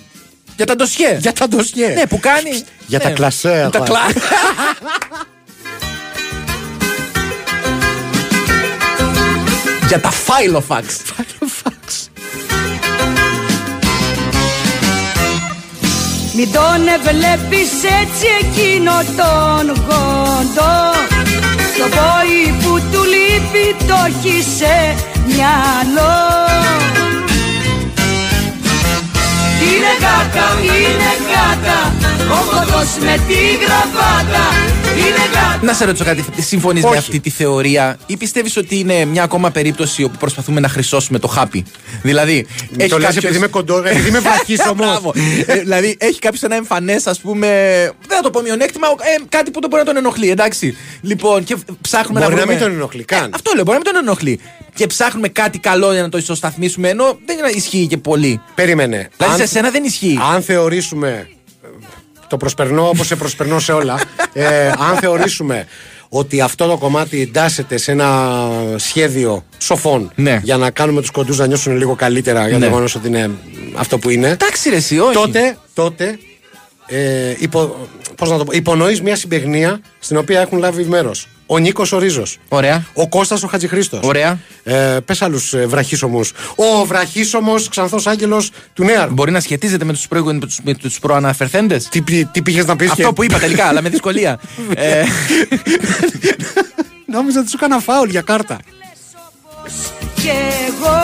Speaker 4: για τα ντοσιέ.
Speaker 3: Για τα ντοσιέ.
Speaker 4: Ναι, που κάνει.
Speaker 3: Για
Speaker 4: ναι.
Speaker 3: τα κλασέα.
Speaker 4: Τα κλα- Για τα φάιλοφαξ.
Speaker 17: Μην τον βλέπεις έτσι εκείνο τον γόντο Το πόη που του λείπει το έχει σε μυαλό Είναι γάτα, είναι γάτα Ο γόντος με τη γραβάτα Είναι γάτα
Speaker 4: Να σε ρωτήσω κάτι, συμφωνείς με αυτή τη θεωρία ή πιστεύεις ότι είναι μια ακόμα περίπτωση όπου προσπαθούμε να χρυσώσουμε το χάπι. Δηλαδή,
Speaker 3: Το λες επειδή είμαι κοντό, ε, επειδή είμαι βραχής όμως.
Speaker 4: Μπράβο. Ε, δηλαδή, έχει κάποιος ένα εμφανές, ας πούμε. Δεν θα το πω μειονέκτημα, ε, κάτι που δεν μπορεί να τον ενοχλεί, εντάξει. Λοιπόν, και ψάχνουμε
Speaker 3: Μπορεί
Speaker 4: να
Speaker 3: να
Speaker 4: βρούμε. Ε,
Speaker 3: μην τον ενοχλεί καν.
Speaker 4: Αυτό λέω, μπορεί να μην τον ενοχλεί. Και ψάχνουμε κάτι καλό για να το ισοσταθμίσουμε, ενώ δεν ισχύει και πολύ.
Speaker 3: Περίμενε.
Speaker 4: Δηλαδή,
Speaker 3: Αν-
Speaker 4: σε σένα δεν ισχύει.
Speaker 3: Αν θεωρήσουμε. ε, Το προσπερνώ όπως σε προσπερνώ σε όλα. ε, αν θεωρήσουμε ότι αυτό το κομμάτι εντάσσεται σε ένα σχέδιο σοφών
Speaker 4: Ναι.
Speaker 3: για να κάνουμε τους κοντούς να νιώσουν λίγο καλύτερα για το
Speaker 4: Ναι.
Speaker 3: γεγονός ότι είναι αυτό που είναι.
Speaker 4: Εντάξει, ρε, εσύ, όχι.
Speaker 3: Τότε, τότε ε, υπο, πώς να το πω, υπονοείς μια συμπεγνία στην οποία έχουν λάβει μέρος. Ο Νίκος ο Ρίζος,
Speaker 4: Ωραία.
Speaker 3: ο Κώστας ο Χατζηχρήστος,
Speaker 4: Ωραία.
Speaker 3: ε, πες άλλους ε, βραχίσωμους. Ο βραχίσωμος Ξανθός Άγγελος του Νέαρου.
Speaker 4: Μπορεί να σχετίζεται με τους προηγούμενου, με τους προαναφερθέντες.
Speaker 3: Τι, πι- τι πήγες να πεις.
Speaker 4: Αυτό που είπα τελικά, αλλά με δυσκολία. ε,
Speaker 3: Νόμιζα ότι σου έκανα φάουλ για κάρτα.
Speaker 17: Κι εγώ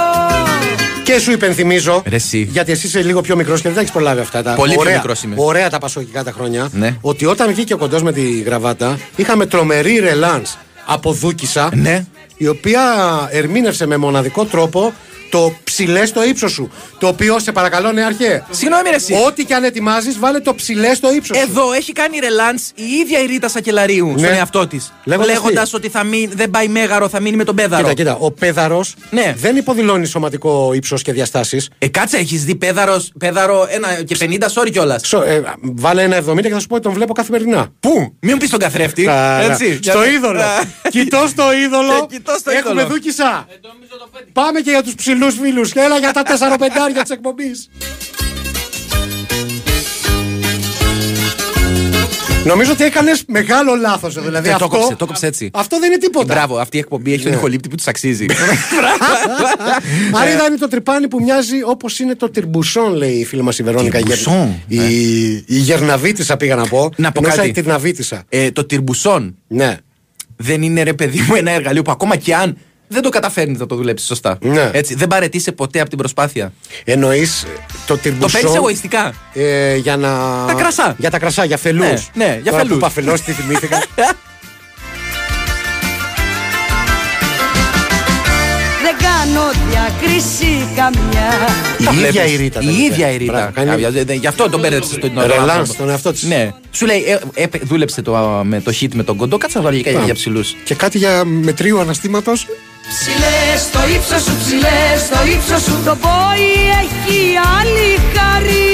Speaker 3: Και σου υπενθυμίζω.
Speaker 4: ρε εσύ.
Speaker 3: Γιατί εσύ είσαι λίγο πιο μικρός και δεν τα έχεις προλάβει αυτά τα
Speaker 4: Πολύ πιο
Speaker 3: ωραία,
Speaker 4: μικρός είμαι.
Speaker 3: ωραία τα πασοκικά τα χρόνια.
Speaker 4: Ναι.
Speaker 3: Ότι όταν βγήκε ο κοντός με τη γραβάτα, είχαμε τρομερή ρελάνς από Δούκησα.
Speaker 4: Ναι.
Speaker 3: Η οποία ερμήνευσε με μοναδικό τρόπο το ψηλέ στο ύψος σου. Το οποίο σε παρακαλώ, νεαρχέ.
Speaker 4: Συγγνώμη, ρε εσύ.
Speaker 3: Ό,τι και αν ετοιμάζεις, βάλε το ψηλέ στο ύψος σου.
Speaker 4: Εδώ έχει κάνει ρελάντ η ίδια η Ρίτα Σακελαρίου στον
Speaker 3: Ναι.
Speaker 4: εαυτό της.
Speaker 3: Λέγοντας τι?
Speaker 4: Λέγοντα ότι θα μην, δεν πάει μέγαρο, θα μείνει με τον πέδαρο.
Speaker 3: Κοίτα, κοίτα. Ο πέδαρος
Speaker 4: Ναι.
Speaker 3: δεν υποδηλώνει σωματικό ύψος και διαστάσεις.
Speaker 4: Ε, κάτσε, έχεις δει πέδαρος, πέδαρο ένα και 50 sorry κιόλα.
Speaker 3: ε, βάλε ένα 70 και θα σου πω ότι τον βλέπω καθημερινά.
Speaker 4: Πού? Μην πεις τον καθρέφτη.
Speaker 3: Καλά.
Speaker 4: Έτσι,
Speaker 3: Ε, Στο
Speaker 4: γιατί-
Speaker 3: είδωλο.
Speaker 4: Α,
Speaker 3: Κοιτώ στο είδωλο.
Speaker 4: Ε, κοιτώ στο
Speaker 3: Έχουμε
Speaker 4: είδωλο.
Speaker 3: δούκισα. Πάμε και για τους ψηλούς φίλους. Και έλα για τα τέσσερα πεντάρια της εκπομπής. Νομίζω ότι έκανες μεγάλο λάθος. Δηλαδή
Speaker 4: δεν το
Speaker 3: αυτό,
Speaker 4: κόψε, το κόψε έτσι.
Speaker 3: αυτό δεν είναι τίποτα.
Speaker 4: Μπράβο, αυτή η εκπομπή έχει τον
Speaker 3: Ναι.
Speaker 4: ηχολήπτη που του αξίζει. Ε,
Speaker 3: Άρα είναι το τρυπάνι που μοιάζει όπως είναι το τυρμπουσόν, λέει η φίλη μας η Βερόνικα Γέρ-
Speaker 4: Τυρμπουσόν, ε.
Speaker 3: Η, η Γερναβίτησα πήγα να πω.
Speaker 4: Να πω
Speaker 3: Εννοούσα
Speaker 4: κάτι.
Speaker 3: η Τυρναβίτησα.
Speaker 4: Ε, το τυρμπουσόν
Speaker 3: Ναι.
Speaker 4: δεν είναι ρε παιδί μου ένα εργαλείο που ακόμα κι αν δεν το καταφέρνει να το δουλέψεις σωστά. Έτσι, δεν παρετήσε ποτέ από την προσπάθεια.
Speaker 3: Εννοείς ε, το τυρμπουσό.
Speaker 4: Το παίρνεις εγωιστικά.
Speaker 3: Ε, για να.
Speaker 4: Τα κρασά.
Speaker 3: Για τα κρασά, για φελούς.
Speaker 4: Ναι, ναι, για φελούς.
Speaker 3: Που παφελό τη θυμήθηκα.
Speaker 17: Δεν κάνω διακρίση καμιά
Speaker 3: Η ίδια
Speaker 4: βλέπεις.
Speaker 3: η Ρίτα τα
Speaker 4: Η
Speaker 3: λέει.
Speaker 4: ίδια η Ρίτα.
Speaker 3: Μπράβο, κάνει-
Speaker 4: Κάποια- δε- δε- Γι' αυτό τον πέρασε στον
Speaker 3: Ρελάνς
Speaker 4: άνθρωπο.
Speaker 3: τον εαυτό της.
Speaker 4: Ναι. Σου λέει, ε, ε, πε- δούλεψε το, α, με το hit με τον κοντό, κάτσε να βάλει και κάτι
Speaker 3: Μπράβο.
Speaker 4: για ψηλούς.
Speaker 3: Και κάτι για μετρίου αναστήματος.
Speaker 17: Ψηλέ στο ύψος σου, ψηλέ στο ύψος σου. Το πόη έχει άλλη χαρή.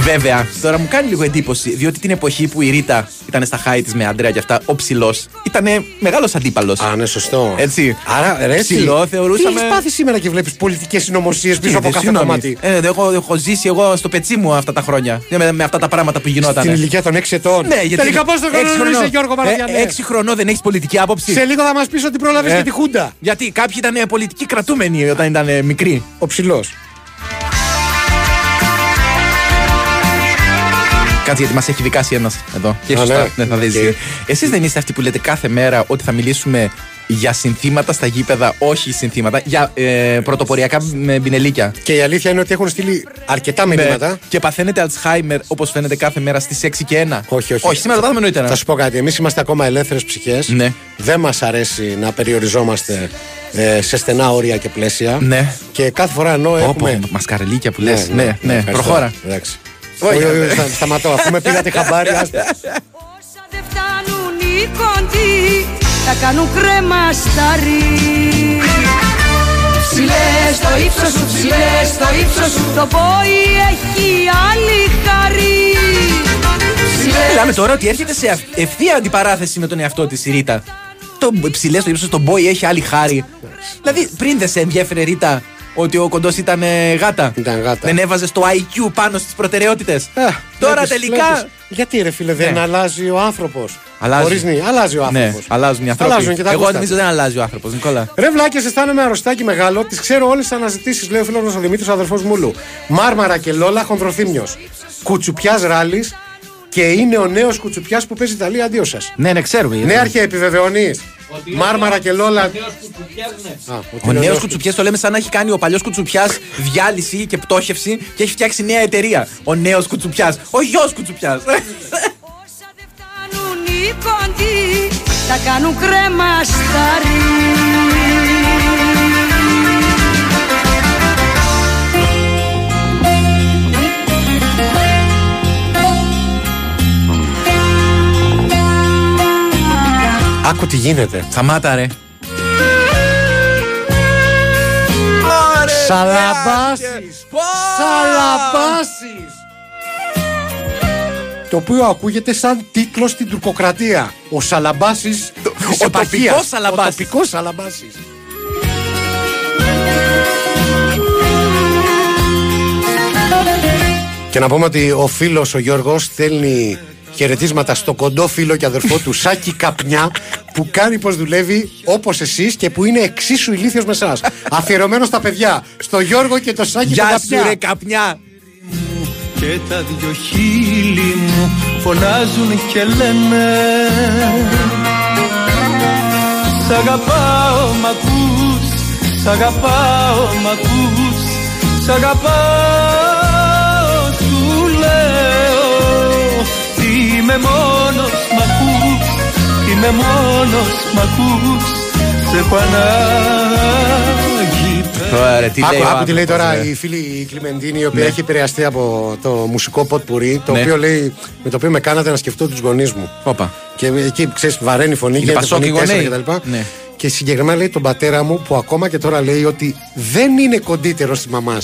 Speaker 4: Βέβαια, τώρα μου κάνει λίγο εντύπωση, διότι την εποχή που η Ρίτα ήταν στα high της με Αντρέα και αυτά, ο ψηλός ήταν μεγάλος αντίπαλος.
Speaker 3: Α, ναι, σωστό.
Speaker 4: Έτσι.
Speaker 3: Άρα, ρε, εσύ,
Speaker 4: ψηλό θεωρούσαμε.
Speaker 3: Τι έχεις πάθει σήμερα και βλέπεις πολιτικές συνωμοσίες πίσω από
Speaker 4: Είδες,
Speaker 3: κάθε
Speaker 4: συγγνώμη.
Speaker 3: κομμάτι.
Speaker 4: Ε, δεν έχω, έχω ζήσει εγώ στο πετσί μου αυτά τα χρόνια. Ε, Με, με αυτά τα πράγματα που γινόταν.
Speaker 3: Στην ηλικία των 6 ετών.
Speaker 4: Ναι, γιατί
Speaker 3: Τελικά πώς το
Speaker 4: έξι
Speaker 3: κανονίζε,
Speaker 4: χρονών.
Speaker 3: Γιώργο Παραδιανέ.
Speaker 4: Ε, Έξι χρονών δεν έχεις πολιτική άποψη.
Speaker 3: Σε λίγο θα μας πεις ότι πρόλαβες
Speaker 4: Ε.
Speaker 3: και τη Χούντα.
Speaker 4: Γιατί κάποιοι ήταν ε, πολιτικοί κρατούμενοι όταν ήταν ε, μικροί.
Speaker 3: Ο ψηλός.
Speaker 4: Κάτσε γιατί μας έχει δικάσει ένας εδώ. Και
Speaker 3: Α,
Speaker 4: σωστά.
Speaker 3: ναι.
Speaker 4: Ναι, θα δεις. Εσείς δεν είστε αυτοί που λέτε κάθε μέρα ότι θα μιλήσουμε για συνθήματα στα γήπεδα, όχι συνθήματα, για ε, πρωτοποριακά με μπινελίκια.
Speaker 3: Και η αλήθεια είναι ότι έχουν στείλει αρκετά
Speaker 4: Ναι.
Speaker 3: μηνύματα.
Speaker 4: Και παθαίνετε Alzheimer όπως φαίνεται κάθε μέρα στις 6 και 1.
Speaker 3: Όχι, όχι.
Speaker 4: Όχι, σήμερα το πάθαμε νωρίτερα.
Speaker 3: Θα σου πω κάτι. Εμείς είμαστε ακόμα ελεύθερες ψυχές.
Speaker 4: Ναι.
Speaker 3: Δεν μας αρέσει να περιοριζόμαστε ε, σε στενά όρια και πλαίσια.
Speaker 4: Ναι.
Speaker 3: Και κάθε φορά ενώ έχουμε.
Speaker 4: μασκαρελίκια που λες. Ναι, ναι,
Speaker 3: ευχαριστώ.
Speaker 4: προχώρα.
Speaker 3: Εντάξει.
Speaker 4: Όχι,
Speaker 3: Όχι, όχι,
Speaker 4: ναι.
Speaker 3: στα- σταματώ. Αφού με πήγατε χαμπάρι, άστα.
Speaker 17: Δεν φτάνουν οι κοντοί, τα κάνουν κρέμα σταρί. Ψηλέ στο ύψος σου, ψηλέ στο ύψος σου, το πόη έχει άλλη χαρή. Ψηλέ
Speaker 4: Μιλάμε τώρα ότι έρχεται σε αυ- ευθεία αντιπαράθεση με τον εαυτό της η Ρίτα. Το ψηλέ στο ύψος, τον Μπόι έχει άλλη χάρη. Δηλαδή, πριν δεν σε ενδιέφερε Ρίτα ότι ο κοντός ήταν ε, γάτα.
Speaker 3: Ήταν γάτα. Ε,
Speaker 4: Δεν έβαζε το IQ πάνω στις προτεραιότητες. Τώρα
Speaker 3: Βλέπεις,
Speaker 4: τελικά.
Speaker 3: βλέπεις. Γιατί ρε φίλε, δεν
Speaker 4: Ναι.
Speaker 3: αλλάζει ο άνθρωπος.
Speaker 4: Αλλάζει.
Speaker 3: αλλάζει ο
Speaker 4: Ναι,
Speaker 3: άνθρωπος.
Speaker 4: αλλάζουν οι άνθρωποι.
Speaker 3: Αλλάζουν και τα
Speaker 4: Εγώ
Speaker 3: γούστα
Speaker 4: νομίζω
Speaker 3: τους.
Speaker 4: δεν αλλάζει ο άνθρωπος, Νικόλα.
Speaker 3: Ρε βλάκε, αισθάνομαι αρρωστάκι μεγάλο. Τις ξέρω όλες τις αναζητήσεις, λέει ο φίλος ο Δημήτρης, ο αδερφός Μούλου. Μάρμαρα και Λόλα, χονδροθύμιος. Κουτσουπιάς ράλι και είναι ο νέος κουτσουπιάς που παίζει Ιταλία αντίο σας.
Speaker 4: Ναι, ναι, ξέρουμε.
Speaker 3: Ναι, αρχέ, επιβεβαιώνει. Μάρμαρα και Λόλα. Α, ότι
Speaker 4: Ο
Speaker 3: είναι
Speaker 4: νέο
Speaker 3: νέος
Speaker 4: κουτσουπιάς το λέμε σαν να έχει κάνει ο παλιός κουτσουπιάς διάλυση και πτώχευση και έχει φτιάξει νέα εταιρεία. Ο νέος κουτσουπιάς. Ο γιος κουτσουπιάς.
Speaker 17: φτάνουν οι κοντοί, τα κάνουν κρέμα σταρί.
Speaker 3: Άκου τι γίνεται.
Speaker 4: Σταμάτα, ρε.
Speaker 3: Σαλαμπάσεις. Σαλαμπάσεις. Το οποίο ακούγεται σαν τίτλο στην τουρκοκρατία. Ο Σαλαμπάσης της
Speaker 4: ο
Speaker 3: επαρχίας.
Speaker 4: τοπικός Σαλαμπάσης.
Speaker 3: Ο τοπικός Σαλαμπάσης. Και να πούμε ότι ο φίλος ο Γιώργος στέλνει χαιρετίσματα στο κοντό φίλο και αδερφό του Σάκη Καπνιά που κάνει πως δουλεύει όπως εσείς και που είναι εξίσου ηλίθιος με εσάς. Αφιερωμένο στα παιδιά, στο Γιώργο και το Σάκη τον
Speaker 4: Γεια
Speaker 3: Καπνιά.
Speaker 4: σου, ρε καπνιά.
Speaker 5: Και τα δυο χείλη μου φωνάζουν και λένε Σ' αγαπάω μ' ακούς, σ' αγαπάω μ' ακούς Σ' αγαπάω σου λέω Είμαι μόνος μ' ακούς, είμαι μόνος μ' ακούς Σε έχω ανάγκη
Speaker 4: Ωραία, τι λέει
Speaker 3: Άκου,
Speaker 4: ο
Speaker 3: άκου τι λέει
Speaker 4: άνθρωπος, ναι.
Speaker 3: τώρα
Speaker 4: ρε.
Speaker 3: η φίλη η Κλιμεντίνη, η οποία έχει επηρεαστεί από το μουσικό ποτ πουρί, το
Speaker 4: Ναι.
Speaker 3: οποίο λέει, με το οποίο με κάνατε να σκεφτώ τους γονείς μου.
Speaker 4: Όπα.
Speaker 3: Και εκεί ξέρεις, βαραίνει η φωνή
Speaker 4: Είναι
Speaker 3: και
Speaker 4: πασόκι
Speaker 3: φωνή
Speaker 4: γονέι.
Speaker 3: και τα λοιπά.
Speaker 4: Ναι.
Speaker 3: Και συγκεκριμένα λέει τον πατέρα μου που ακόμα και τώρα λέει ότι δεν είναι κοντύτερο τη μαμά.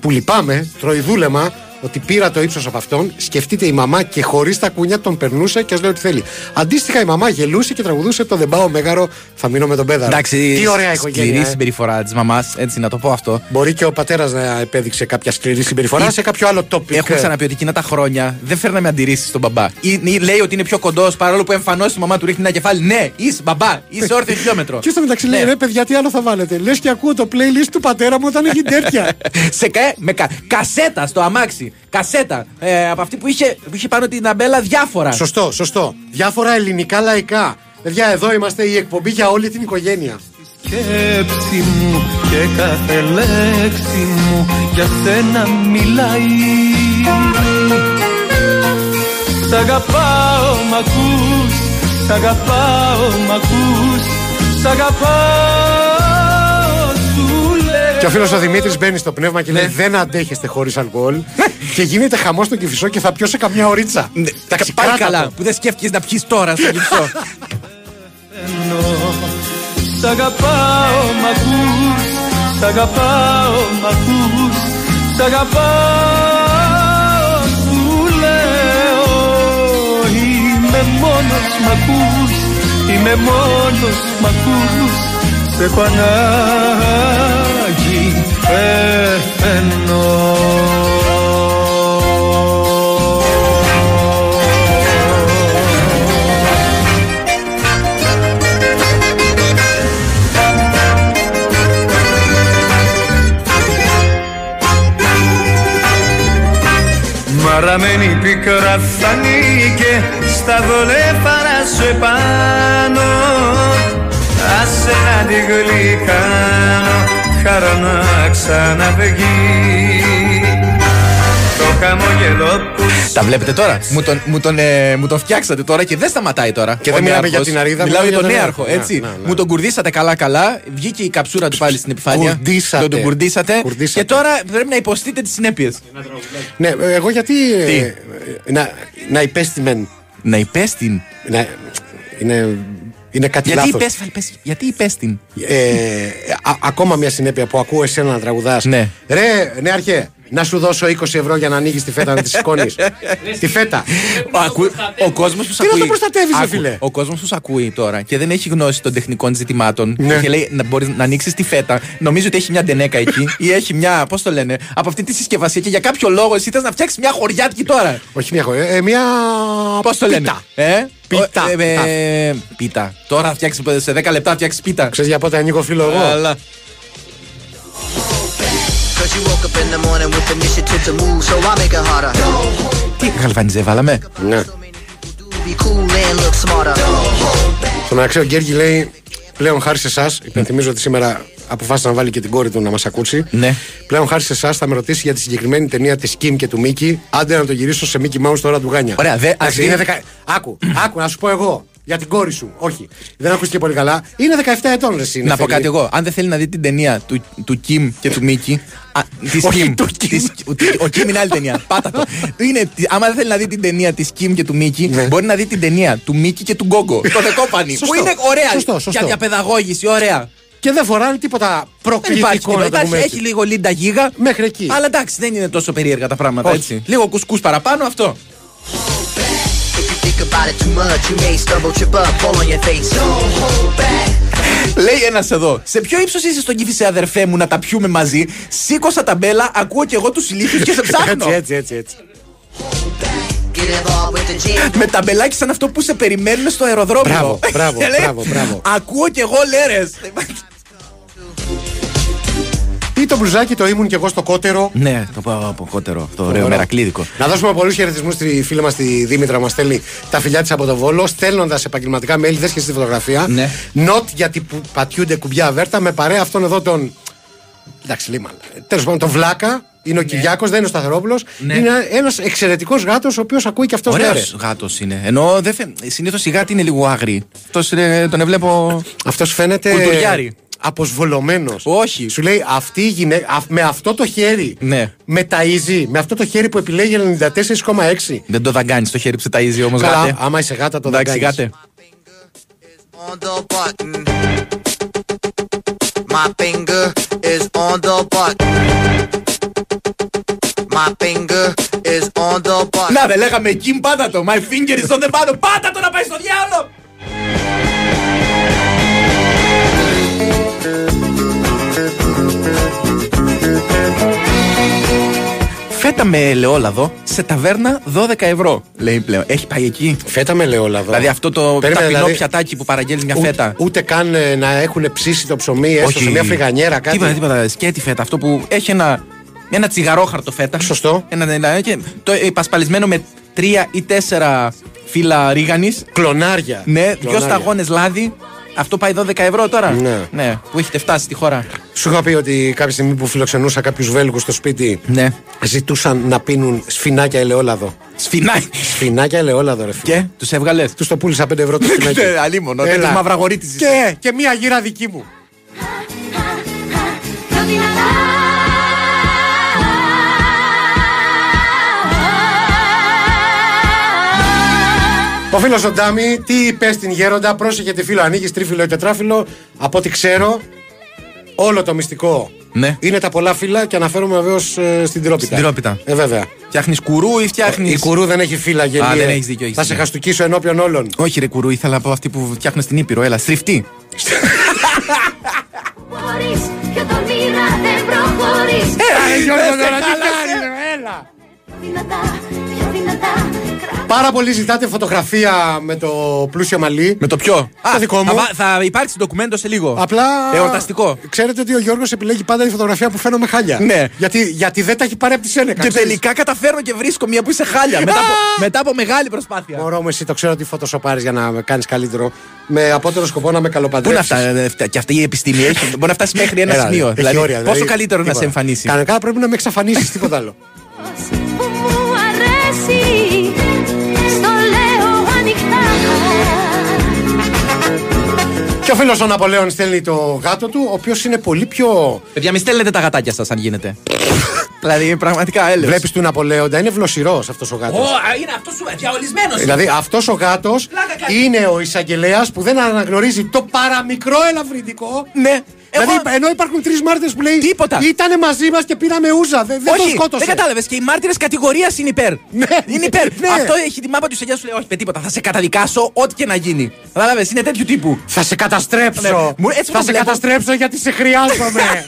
Speaker 3: Που λυπάμαι, τροϊδούλεμα, ότι πήρα το ύψος από αυτόν. Σκεφτείτε η μαμά και χωρίς τα κουνιά τον περνούσε και α λέει ότι θέλει. Αντίστοιχα η μαμά γελούσε και τραγουδούσε το Δεν πάω μέγαρο, θα μείνω με τον πέδαρο.
Speaker 4: Εντάξει,
Speaker 3: Τι ωραία
Speaker 4: Σκληρή
Speaker 3: οικογένεια. ε.
Speaker 4: συμπεριφορά της μαμάς, έτσι να το πω αυτό.
Speaker 3: Μπορεί και ο πατέρας να επέδειξε κάποια σκληρή συμπεριφορά
Speaker 4: Ή-
Speaker 3: σε κάποιο άλλο topic.
Speaker 4: Ε,
Speaker 3: Ε,
Speaker 4: Έχουμε ξαναπεί ότι εκείνα τα χρόνια δεν φέρναμε αντιρρήσεις στον μπαμπά. Ή, ή λέει ότι είναι πιο κοντός παρόλο που εμφανώς η μαμά του ρίχνει ένα κεφάλι. Ναι, είσαι μπαμπά, είσαι όρθιο χιλιόμετρο.
Speaker 3: Και στο μεταξύ λέει:
Speaker 4: Ναι.
Speaker 3: Ρε παιδιά, τι άλλο θα βάλετε. Λες και ακούω το playlist του πατέρα μου όταν έχει τέτοια.
Speaker 4: σε κα, ε, με κα, κασέτα στο αμάξι. Κασέτα. Ε, από αυτή που είχε, που είχε πάνω την αμπέλα διάφορα.
Speaker 3: σωστό, σωστό. Διάφορα ελληνικά λαϊκά. Παιδιά, εδώ είμαστε η εκπομπή για όλη την οικογένεια.
Speaker 5: σκέψη μου και κάθε λέξη μου για σένα μιλάει Σ' αγαπάω μ' ακούς, σ' αγαπάω μ' ακούς, σ' αγαπάω σου λέω
Speaker 3: Και ο φίλος ο Δημήτρης μπαίνει στο πνεύμα
Speaker 4: Ναι.
Speaker 3: και λέει: Δεν αντέχεστε χωρίς αλκοόλ. και γίνεται χαμός στον κυφισό και θα πιω σε καμιά ωρίτσα.
Speaker 4: Ε,
Speaker 3: Εντάξει,
Speaker 4: Πάλι
Speaker 3: κράτα
Speaker 4: Ναι, καλά
Speaker 3: το.
Speaker 4: που δεν σκέφτηκες να πιεις τώρα στο γυψό.
Speaker 5: Σ' αγαπάω, μ' ακούς, σ' αγαπάω, μ' ακούς, σ' αγαπάω, σου λέω oh. Είμαι μόνος, μ' ακούς, είμαι μόνος, μ' ακούς, σε έχω ανάγκη, πεθαίνω Μαραμένη πικρά θα νίκε Στα δολέφαρα σου επάνω Άσε να τη γλυκάνω Χαρά να ξαναβγεί Το χαμόγελο που
Speaker 4: Τα βλέπετε τώρα. Μου τον, μου, τον, ε, μου τον φτιάξατε τώρα και δεν σταματάει τώρα.
Speaker 3: Και δεν
Speaker 4: Ο
Speaker 3: μιλάμε
Speaker 4: νέαρχος.
Speaker 3: για την αρίδα,
Speaker 4: Μιλάω
Speaker 3: μιλάμε
Speaker 4: για τον
Speaker 3: για τον
Speaker 4: νέαρχο,
Speaker 3: νέαρχο.
Speaker 4: έτσι.
Speaker 3: Ναι, ναι, ναι.
Speaker 4: Μου τον κουρδίσατε καλά-καλά. Βγήκε η καψούρα του πάλι στην επιφάνεια.
Speaker 3: Κουρδίσατε.
Speaker 4: Τον, τον κουρδίσατε.
Speaker 3: Κουρδίσατε.
Speaker 4: Και τώρα πρέπει να υποστείτε τις συνέπειες.
Speaker 3: Ναι, ε, εγώ γιατί. ε, ε, να, να υπέστημεν.
Speaker 4: Να υπέστην.
Speaker 3: Να, είναι, είναι κάτι
Speaker 4: Γιατί
Speaker 3: λάθος.
Speaker 4: υπέσφαλ, πες, γιατί υπέστην.
Speaker 3: Ε, α- ακόμα μια συνέπεια που ακούω εσένα να τραγουδάς. Ναι. Ρε, ναι, αρχέ, να σου δώσω 20 ευρώ για να ανοίγεις τη φέτα να τη σηκώνεις. τη φέτα.
Speaker 4: Ο, ακου... ο κόσμος που σ'
Speaker 3: Τι να
Speaker 4: ακούει.
Speaker 3: το προστατεύεις, ρε
Speaker 4: Άκου,
Speaker 3: φίλε.
Speaker 4: Ο κόσμος που σ' ακούει τώρα και δεν έχει γνώση των τεχνικών ζητημάτων.
Speaker 3: Ναι.
Speaker 4: Και λέει να μπορείς να ανοίξεις τη φέτα. Νομίζει ότι έχει μια ντενέκα εκεί ή έχει μια. Πώς το λένε. Από αυτή τη συσκευασία και για κάποιο λόγο εσύ θες να φτιάξεις μια χωριάτικη τώρα.
Speaker 3: Όχι μια χωριά, ε, μια.
Speaker 4: Πώς το λένε. Ε?
Speaker 3: Πίτα.
Speaker 4: Ο- ε, ε, πίτα. Τώρα φτιάξεις σε 10 λεπτά φτιάξεις πίτα.
Speaker 3: Ξέρεις για πότε ανοίγω φίλο εγώ.
Speaker 4: Αλλά.
Speaker 18: Cause you woke up in the morning with initiative to move, so I make it harder.
Speaker 4: Τι γαλβανιζέ βάλαμε.
Speaker 3: Ναι.
Speaker 18: Be cool and look smarter.
Speaker 3: Στο μεταξύ, ο Γκέργη λέει πλέον χάρη σε εσάς. Υπενθυμίζω ότι σήμερα αποφάσισε να βάλει και την κόρη του να μας ακούσει.
Speaker 4: Ναι.
Speaker 3: Πλέον χάρη σε εσάς θα με ρωτήσει για τη συγκεκριμένη ταινία της Κιμ και του Μίκη. Άντε να το γυρίσω σε Μίκη Mouse τώρα του Γάνια.
Speaker 4: Ωραία, δε-
Speaker 3: Εντάξει,
Speaker 4: αυτή-
Speaker 3: είναι δεκα... Άκου, άκου, να σου πω εγώ. Για την κόρη σου. Όχι. Δεν ακούστηκε πολύ καλά. Είναι 17 ετών, ρε, εσύ, είναι
Speaker 4: Να πω
Speaker 3: φίλη.
Speaker 4: κάτι εγώ. Αν δεν θέλει να δει την ταινία του, του Κιμ και του Μίκη. α, Της
Speaker 3: Όχι
Speaker 4: Κιμ.
Speaker 3: του
Speaker 4: Της- ο- Ο Κιμ είναι άλλη ταινία. Πάτα το. Είναι, άμα δεν θέλει να δει την ταινία της Κιμ και του Μίκη, μπορεί να δει την ταινία του Μίκη και του Γκόγκο. Το δεκόπανι.
Speaker 3: Ναι. Σωστό.
Speaker 4: Που είναι ωραία.
Speaker 3: Σωστό, σωστό.
Speaker 4: Για διαπαιδαγώγηση, ωραία.
Speaker 3: Και δεν φοράνε τίποτα
Speaker 4: υπάρχει
Speaker 3: προκλητικό
Speaker 4: τίποτα.
Speaker 3: να το
Speaker 4: Εντάξει,
Speaker 3: πούμε
Speaker 4: έχει
Speaker 3: έτσι.
Speaker 4: λίγο λίντα γίγα.
Speaker 3: Μέχρι εκεί.
Speaker 4: Αλλά εντάξει, δεν είναι τόσο περίεργα τα πράγματα.
Speaker 3: Όχι.
Speaker 4: Έτσι. Λίγο κουσκούς παραπάνω αυτό.
Speaker 18: Think about it too much, you may stumble, trip up, fall on your face. Don't hold back.
Speaker 4: Λέει ένας εδώ. Σε ποιο ύψος είσαι στον κύφη, σε αδερφέ μου, να τα πιούμε μαζί. Σήκωσα τα μπέλα, ακούω και εγώ τους ηλίθιους και σε ψάχνω.
Speaker 3: Έτσι, έτσι, έτσι. έτσι.
Speaker 18: Get involved with the gym.
Speaker 4: Με τα μπελάκι σαν αυτό που σε περιμένουν στο αεροδρόμιο.
Speaker 3: Μπράβο, μπράβο,
Speaker 4: Και λέει,
Speaker 3: μπράβο, μπράβο.
Speaker 4: Ακούω κι εγώ λέρες.
Speaker 3: Ή το μπλουζάκι το ήμουν και εγώ στο κότερο.
Speaker 4: ναι, το πάω από κότερο. Αυτό ωραίο,
Speaker 3: Ωραίο.
Speaker 4: μερακλίδικο.
Speaker 3: Να δώσουμε πολλούς χαιρετισμούς στη φίλη μας τη Δήμητρα. Μας στέλνει τα φιλιά της από το Βόλο, στέλνοντας επαγγελματικά με Έλληνε και στη φωτογραφία.
Speaker 4: Ναι.
Speaker 3: Νότ γιατί που πατιούνται κουμπιά αβέρτα με παρέα αυτόν εδώ τον. Εντάξει, λίμα. Τέλος πάντων, τον Βλάκα. Είναι ο Κυριάκος, δεν είναι ο Σταθερόπουλος.
Speaker 4: Ναι.
Speaker 3: Είναι ένας εξαιρετικός γάτος, ο οποίος ακούει και αυτός
Speaker 4: Ωραίος
Speaker 3: λέρε.
Speaker 4: γάτος είναι. Ενώ συνήθως η γάτη είναι λίγο άγρη. Αυτός τον έβλεπω.
Speaker 3: Αυτός φαίνεται.
Speaker 4: Κουλτουριάρη.
Speaker 3: Αποσβολωμένος.
Speaker 4: Όχι.
Speaker 3: Σου λέει αυτή η γυναίκα αυ- με αυτό το χέρι.
Speaker 4: Ναι.
Speaker 3: Με ταΐζει, με αυτό το χέρι που επιλέγει 94,6.
Speaker 4: Δεν το δαγκάνεις το χέρι που σε ταΐζει όμως
Speaker 3: Καλά,
Speaker 4: γάτε.
Speaker 3: άμα είσαι γάτα, το
Speaker 4: Εντάξει,
Speaker 3: δαγκάνεις.
Speaker 4: γάτε.
Speaker 18: On the button. My finger is on the button. My finger is on the button.
Speaker 4: Να δεν λέγαμε Kim πάτα το. My finger is on the button. Πάτα το να πάει στο διάλογο. Φέτα με ελαιόλαδο σε ταβέρνα 12 ευρώ, λέει πλέον. Έχει πάει εκεί.
Speaker 3: Φέτα με ελαιόλαδο.
Speaker 4: Δηλαδή αυτό το
Speaker 3: Περίμενε,
Speaker 4: ταπεινό
Speaker 3: δηλαδή,
Speaker 4: πιατάκι που παραγγέλνεις μια
Speaker 3: ούτε-
Speaker 4: φέτα.
Speaker 3: Ούτε καν ε, να έχουν ψήσει το ψωμί, έστω σε μια φρυγανιέρα κάτι.
Speaker 4: Τίποτα, τίποτα. Σκέτη φέτα. Αυτό που έχει ένα, ένα τσιγαρόχαρτο φέτα.
Speaker 3: Σωστό.
Speaker 4: Ένα, ένα- και το ε, πασπαλισμένο με τρία ή τέσσερα φύλλα ρίγανης.
Speaker 3: Κλονάρια.
Speaker 4: Ναι,
Speaker 3: Κλονάρια.
Speaker 4: δύο σταγόνες λάδι. Αυτό πάει 12 ευρώ τώρα. Ναι. που έχετε φτάσει στη χώρα.
Speaker 3: Σου είχα πει ότι κάποια στιγμή που φιλοξενούσα κάποιους Βέλγους στο σπίτι,
Speaker 4: Ναι.
Speaker 3: ζητούσαν να πίνουν σφινάκια ελαιόλαδο.
Speaker 4: Σφινάκια.
Speaker 3: Σφινάκια ελαιόλαδο, ρε φίλε. Και
Speaker 4: τους έβγαλες.
Speaker 3: Τους το πούλησα 5 ευρώ το σφινάκι.
Speaker 4: Ναι, αλίμονο, τέτοιος
Speaker 3: Έλα.
Speaker 4: μαυραγορίτης είσαι.
Speaker 3: Και, και μία γύρα δική μου. Ο φίλος ο Ντάμι, τι είπες στην γέροντα, πρόσεχε τη φίλο, ανοίγεις τρίφυλλο ή τετράφυλλο. Από ό,τι ξέρω, όλο το μυστικό
Speaker 4: Ναι.
Speaker 3: είναι τα πολλά φύλλα και αναφέρομαι βεβαίως στην τυρόπιτα.
Speaker 4: Στην τυρόπιτα.
Speaker 3: Ε, βέβαια.
Speaker 4: Φτιάχνεις κουρού ή φτιάχνεις.
Speaker 3: Η κουρού δεν έχει φύλλα, γελία.
Speaker 4: Α, δεν έχεις δίκιο. έχεις
Speaker 3: Θα σε
Speaker 4: δίκιο. Ε,
Speaker 3: χαστούκίσω ενώπιον όλων.
Speaker 4: Όχι, ρε κουρού, ήθελα να πω αυτή που φτιάχνω στην Ήπειρο. Έλα, στριφτή.
Speaker 15: Και το μοίρα δεν προχωρείς
Speaker 4: Ε!
Speaker 3: Έλα, ρε Γιώργο, τώρα, τι κάνεις,
Speaker 15: έλα Δυνατά, πιο δυνατά
Speaker 3: Πάρα πολύ ζητάτε φωτογραφία με το πλούσιο μαλλί.
Speaker 4: Με το ποιο?
Speaker 3: Το δικό μου.
Speaker 4: Θα, βα- θα υπάρξει ντοκουμέντο σε λίγο.
Speaker 3: Απλά.
Speaker 4: Εορταστικό.
Speaker 3: Ξέρετε ότι ο Γιώργος επιλέγει πάντα η φωτογραφία που φαίνομαι χάλια.
Speaker 4: Ναι.
Speaker 3: Γιατί, γιατί δεν τα έχει πάρει από τη Σένεκα.
Speaker 4: Και
Speaker 3: ξέρεις.
Speaker 4: τελικά καταφέρνω και βρίσκω μια που είσαι χάλια. μετά, από, μετά από μεγάλη προσπάθεια.
Speaker 3: Μωρό μου, εσύ το ξέρω ότι φωτοσοπάρει για να με κάνεις καλύτερο. Με απότερο σκοπό να με
Speaker 4: Πού είναι
Speaker 3: καλοπαντρέψει.
Speaker 4: αυτά, ε, αυτά- και αυτή η επιστήμη έχει. Μπορεί να φτάσει μέχρι ένα
Speaker 3: Έλα,
Speaker 4: σημείο.
Speaker 3: έχει
Speaker 4: δηλαδή,
Speaker 3: όρια,
Speaker 4: πόσο
Speaker 3: δηλαδή,
Speaker 4: καλύτερο να
Speaker 3: τίποτα.
Speaker 4: σε εμφανίσεις.
Speaker 3: Κανονικά πρέπει να με εξαφανίσεις, τίποτα άλλο.
Speaker 15: Που μου αρέσει Στο λέω ανοιχτά
Speaker 3: Και ο φίλος ο Ναπολέων στέλνει το γάτο του, ο οποίος είναι πολύ πιο.
Speaker 4: Παιδιά, μην στέλνετε τα γατάκια σας, αν γίνεται. δηλαδή, πραγματικά έλεος.
Speaker 3: Βλέπεις του Ναπολέοντα, είναι βλοσιρός αυτός ο γάτος.
Speaker 4: είναι αυτός σου διαολισμένο.
Speaker 3: Δηλαδή αυτός ο γάτος είναι ο εισαγγελέας που δεν αναγνωρίζει το παραμικρό ελαφρυντικό.
Speaker 4: Ναι.
Speaker 3: Δηλαδή,
Speaker 4: Εγώ-
Speaker 3: ενώ υπάρχουν τρεις μάρτυρες που λέει
Speaker 4: Τίποτα.
Speaker 3: Ήτανε μαζί μας και πήραμε ούζα. Δεν, δεν τον
Speaker 4: Όχι,
Speaker 3: σκότωσε.
Speaker 4: δεν κατάλαβες. Και οι μάρτυρες κατηγορίας είναι υπέρ. είναι υπέρ.
Speaker 3: ναι.
Speaker 4: Αυτό έχει τη μάπα του Ισαγιά σου λέει: Όχι, με τίποτα. Θα σε καταδικάσω, ό,τι και να γίνει. Κατάλαβες, είναι τέτοιου τύπου.
Speaker 3: Θα σε καταστρέψω.
Speaker 4: Ναι. Μου- έτσι
Speaker 3: θα
Speaker 4: το
Speaker 3: σε
Speaker 4: βλέπω.
Speaker 3: καταστρέψω γιατί σε χρειάζομαι.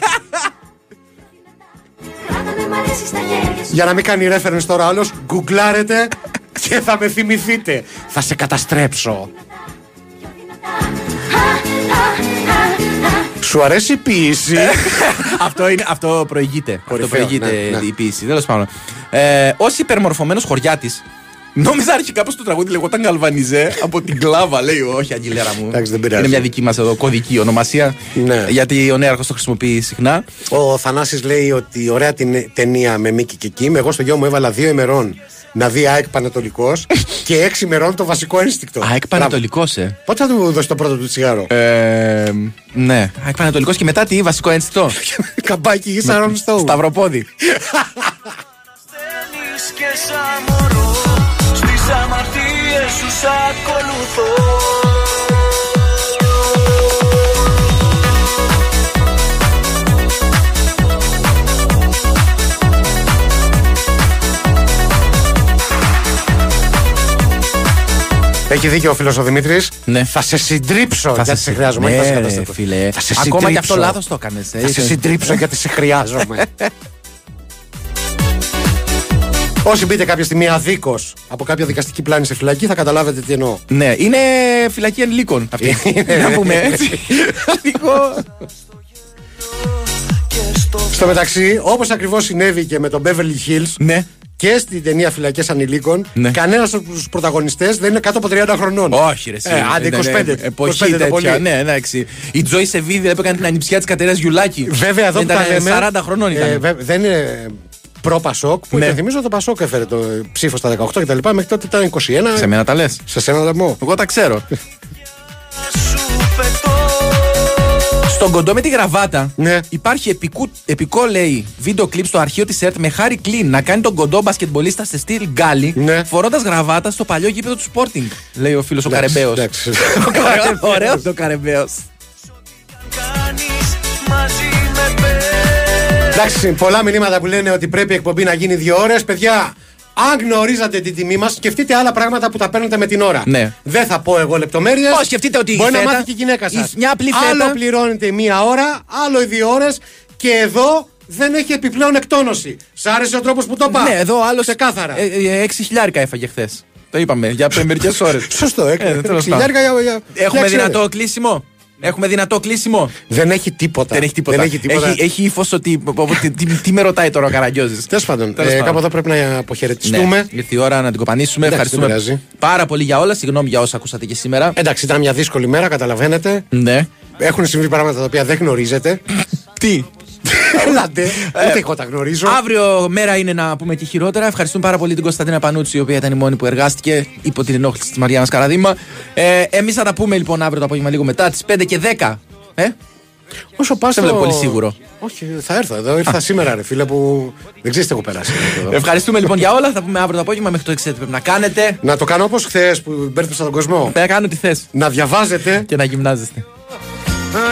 Speaker 15: Κράτα με μ' αρέσει στα χέρια σου
Speaker 3: Για να μην κάνει reference τώρα άλλος, γκουγκλάρετε και θα με θυμηθείτε. Θα σε καταστρέψω. Σου αρέσει η ποιήση.
Speaker 4: αυτό, είναι, αυτό προηγείται.
Speaker 3: Κορυφαίο,
Speaker 4: αυτό προηγείται
Speaker 3: ναι, ναι.
Speaker 4: η ποιήση. Τέλος πάντων. Ε, Ως υπερμορφωμένος χωριάτης, νόμιζα αρχικά πως το τραγούδι λεγόταν Γαλβανιζέ από την κλάβα. Λέει, Όχι, Αγγιλέρα μου.
Speaker 3: Εντάξει, δεν πειράζει.
Speaker 4: είναι μια δική μας εδώ κωδική ονομασία.
Speaker 3: Ναι.
Speaker 4: Γιατί ο νέαρχος το χρησιμοποιεί συχνά.
Speaker 3: Ο Θανάσης λέει ότι ωραία την ταινία με Μίκη και Κιμ. Εγώ στο γιο μου έβαλα δύο ημερών να δει ΑΕΚ Πανατολικό και έξι ημερών το βασικό ένστικτο.
Speaker 4: ΑΕΚ Πανατολικό, ε.
Speaker 3: Μπράβο. Πότε θα του δώσει το πρώτο του τσιγάρο.
Speaker 4: Ε, ναι. ΑΕΚ Πανατολικό και μετά τι, βασικό ένστικτο.
Speaker 3: Καμπάκι ή Σαρών Στόου.
Speaker 4: Σταυροπόδι.
Speaker 19: Θέλεις και σαν μωρό Στις αμαρτίες σου σ' ακολουθώ
Speaker 3: Έχει δίκιο ο φίλος ο Δημήτρης.
Speaker 4: Ναι.
Speaker 3: Θα σε συντρίψω
Speaker 4: Θα σε
Speaker 3: γιατί σε
Speaker 4: συ-
Speaker 3: χρειάζομαι. όχι
Speaker 4: Ναι,
Speaker 3: θα σε
Speaker 4: ρε,
Speaker 3: καταστρέψω.
Speaker 4: φίλε.
Speaker 3: Θα σε
Speaker 4: Ακόμα
Speaker 3: συντρίψω.
Speaker 4: και αυτό λάθος το έκανες, ε.
Speaker 3: Θα σε συντρίψω γιατί σε χρειάζομαι. Όσοι μπείτε κάποια στιγμή αδίκως από κάποια δικαστική πλάνη σε φυλακή, θα καταλάβετε τι εννοώ.
Speaker 4: ναι, είναι φυλακή ενηλίκων αυτή. να πούμε
Speaker 3: ναι.
Speaker 4: έτσι. Αδικό.
Speaker 3: Στο μεταξύ, όπως ακριβώς συνέβη και με τον Beverly Hills
Speaker 4: ναι.
Speaker 3: και στην ταινία Φυλακές Ανηλίκων,
Speaker 4: Ναι.
Speaker 3: κανένας από τους πρωταγωνιστές δεν είναι κάτω από 30 χρονών.
Speaker 4: Όχι, ρε. εσύ.
Speaker 3: Ε, άντε
Speaker 4: Ναι,
Speaker 3: 25.
Speaker 4: ναι, ναι, εποχή
Speaker 3: 25 το πολύ.
Speaker 4: τέτοια. Ναι, εντάξει. Η Τζόι Σεβίδη έπαιρνε την ανιψιά της Κατερέα Γιουλάκη.
Speaker 3: Βέβαια, εδώ που
Speaker 4: ήταν
Speaker 3: τα λέμε.
Speaker 4: 40 χρονών
Speaker 3: ε,
Speaker 4: ήταν.
Speaker 3: βέ- δεν είναι προ-Πασόκ, που
Speaker 4: Ναι.
Speaker 3: υπενθυμίζω το Πασόκ έφερε το ψήφο στα 18 κτλ. Μέχρι τότε ήταν 21.
Speaker 4: Σε μένα τα λες.
Speaker 3: Σε σένα δαμό.
Speaker 4: Εγώ τα ξέρω. Στον κοντό με τη γραβάτα
Speaker 3: Ναι.
Speaker 4: υπάρχει επικού, επικό, λέει, βίντεο κλιπ στο αρχείο της ΕΡΤ με Χάρη Κλίν να κάνει τον κοντό μπασκετμπολίστα σε στυλ γκάλι
Speaker 3: Ναι.
Speaker 4: φορώντας γραβάτα στο παλιό γήπεδο του Sporting. Λέει ο φίλος ο Καρεμπέο.
Speaker 3: εντάξει.
Speaker 4: Ωραίο το Καρεμπέο.
Speaker 19: Μαζί με πες
Speaker 3: Εντάξει, πολλά μηνύματα που λένε ότι πρέπει η εκπομπή να γίνει δύο ώρες. Παιδιά, αν γνωρίζατε την τιμή μας, σκεφτείτε άλλα πράγματα που τα παίρνετε με την ώρα.
Speaker 4: Ναι.
Speaker 3: Δεν θα πω εγώ λεπτομέρειες.
Speaker 4: Ω, σκεφτείτε ότι η
Speaker 3: Μπορεί να
Speaker 4: φέτα-
Speaker 3: μάθει και η γυναίκα σα.
Speaker 4: η- μια απλή φέτα-
Speaker 3: Άλλο πληρώνετε η μία ώρα, άλλο οι δύο ώρες και εδώ δεν έχει επιπλέον εκτόνωση. Σ' άρεσε ο τρόπος που το πας.
Speaker 4: Ναι, εδώ άλλος.
Speaker 3: Ξεκάθαρα.
Speaker 4: Ε, ε, 6 χιλιάρικα έφαγε χθες. Το είπαμε για μερικές ώρες.
Speaker 3: Σωστό, έκανε.
Speaker 4: Ε, τέλος πάντων.
Speaker 3: Χιλιάρικα για- για- για
Speaker 4: Έχουμε
Speaker 3: έξι
Speaker 4: δυνατό
Speaker 3: ώρες.
Speaker 4: κλείσιμο. Έχουμε δυνατό κλείσιμο.
Speaker 3: Δεν έχει τίποτα.
Speaker 4: Δεν έχει τίποτα.
Speaker 3: Δεν έχει τίποτα.
Speaker 4: Έχει, έχει ύφος ότι. πω, πω, τι, τι, τι με ρωτάει τώρα ο Καραγκιόζης.
Speaker 3: Τέλος πάντων, ε, κάπου εδώ πρέπει να αποχαιρετιστούμε.
Speaker 4: Ναι, ήρθε η ώρα να την κοπανίσουμε.
Speaker 3: Εντάξει, δεν
Speaker 4: Ευχαριστούμε
Speaker 3: πειράζει.
Speaker 4: πάρα πολύ για όλα. Συγγνώμη για όσα ακούσατε και σήμερα.
Speaker 3: Εντάξει, ήταν μια δύσκολη μέρα, καταλαβαίνετε.
Speaker 4: Ναι.
Speaker 3: Έχουν συμβεί πράγματα τα οποία δεν γνωρίζετε.
Speaker 4: Τι. Ε,
Speaker 3: Έλατε. Ούτε εγώ τα γνωρίζω.
Speaker 4: Αύριο μέρα είναι να πούμε και χειρότερα. Ευχαριστούμε πάρα πολύ την Κωνσταντίνα Πανούτση, η οποία ήταν η μόνη που εργάστηκε υπό την ενόχληση της Μαριάννας Καραδίμα. Ε, Εμείς θα τα πούμε λοιπόν αύριο το απόγευμα λίγο μετά τις 5 και 10. Ε?
Speaker 3: Όσο πα.
Speaker 4: Δεν βλέπω πολύ σίγουρο.
Speaker 3: Όχι, θα έρθω εδώ. Ήρθα σήμερα, ρε φίλε, που δεν ξέρεις τι έχω περάσει.
Speaker 4: Ευχαριστούμε λοιπόν για όλα. Θα πούμε αύριο το απόγευμα μέχρι το ξέρετε τι πρέπει να κάνετε.
Speaker 3: Να το κάνω όπως χθες που μπέρδεψα τον κόσμο.
Speaker 4: Να κάνω τι θες.
Speaker 3: Να διαβάζετε.
Speaker 4: Ε, Και να γυμνάζεστε.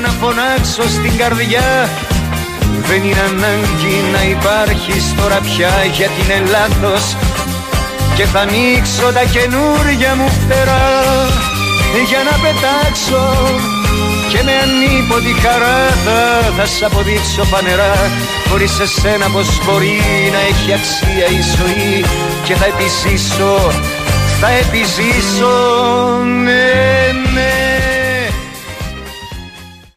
Speaker 5: να φωνάξω στην καρδιά Δεν είναι ανάγκη να υπάρχεις τώρα πια γιατί είναι λάθος Και θα ανοίξω τα καινούρια μου φτερά Για να πετάξω Και με ανίποτη χαρά θα, θα σ' αποδείξω φανερά Χωρίς εσένα πως μπορεί να έχει αξία η ζωή Και θα επιζήσω, θα επιζήσω, ναι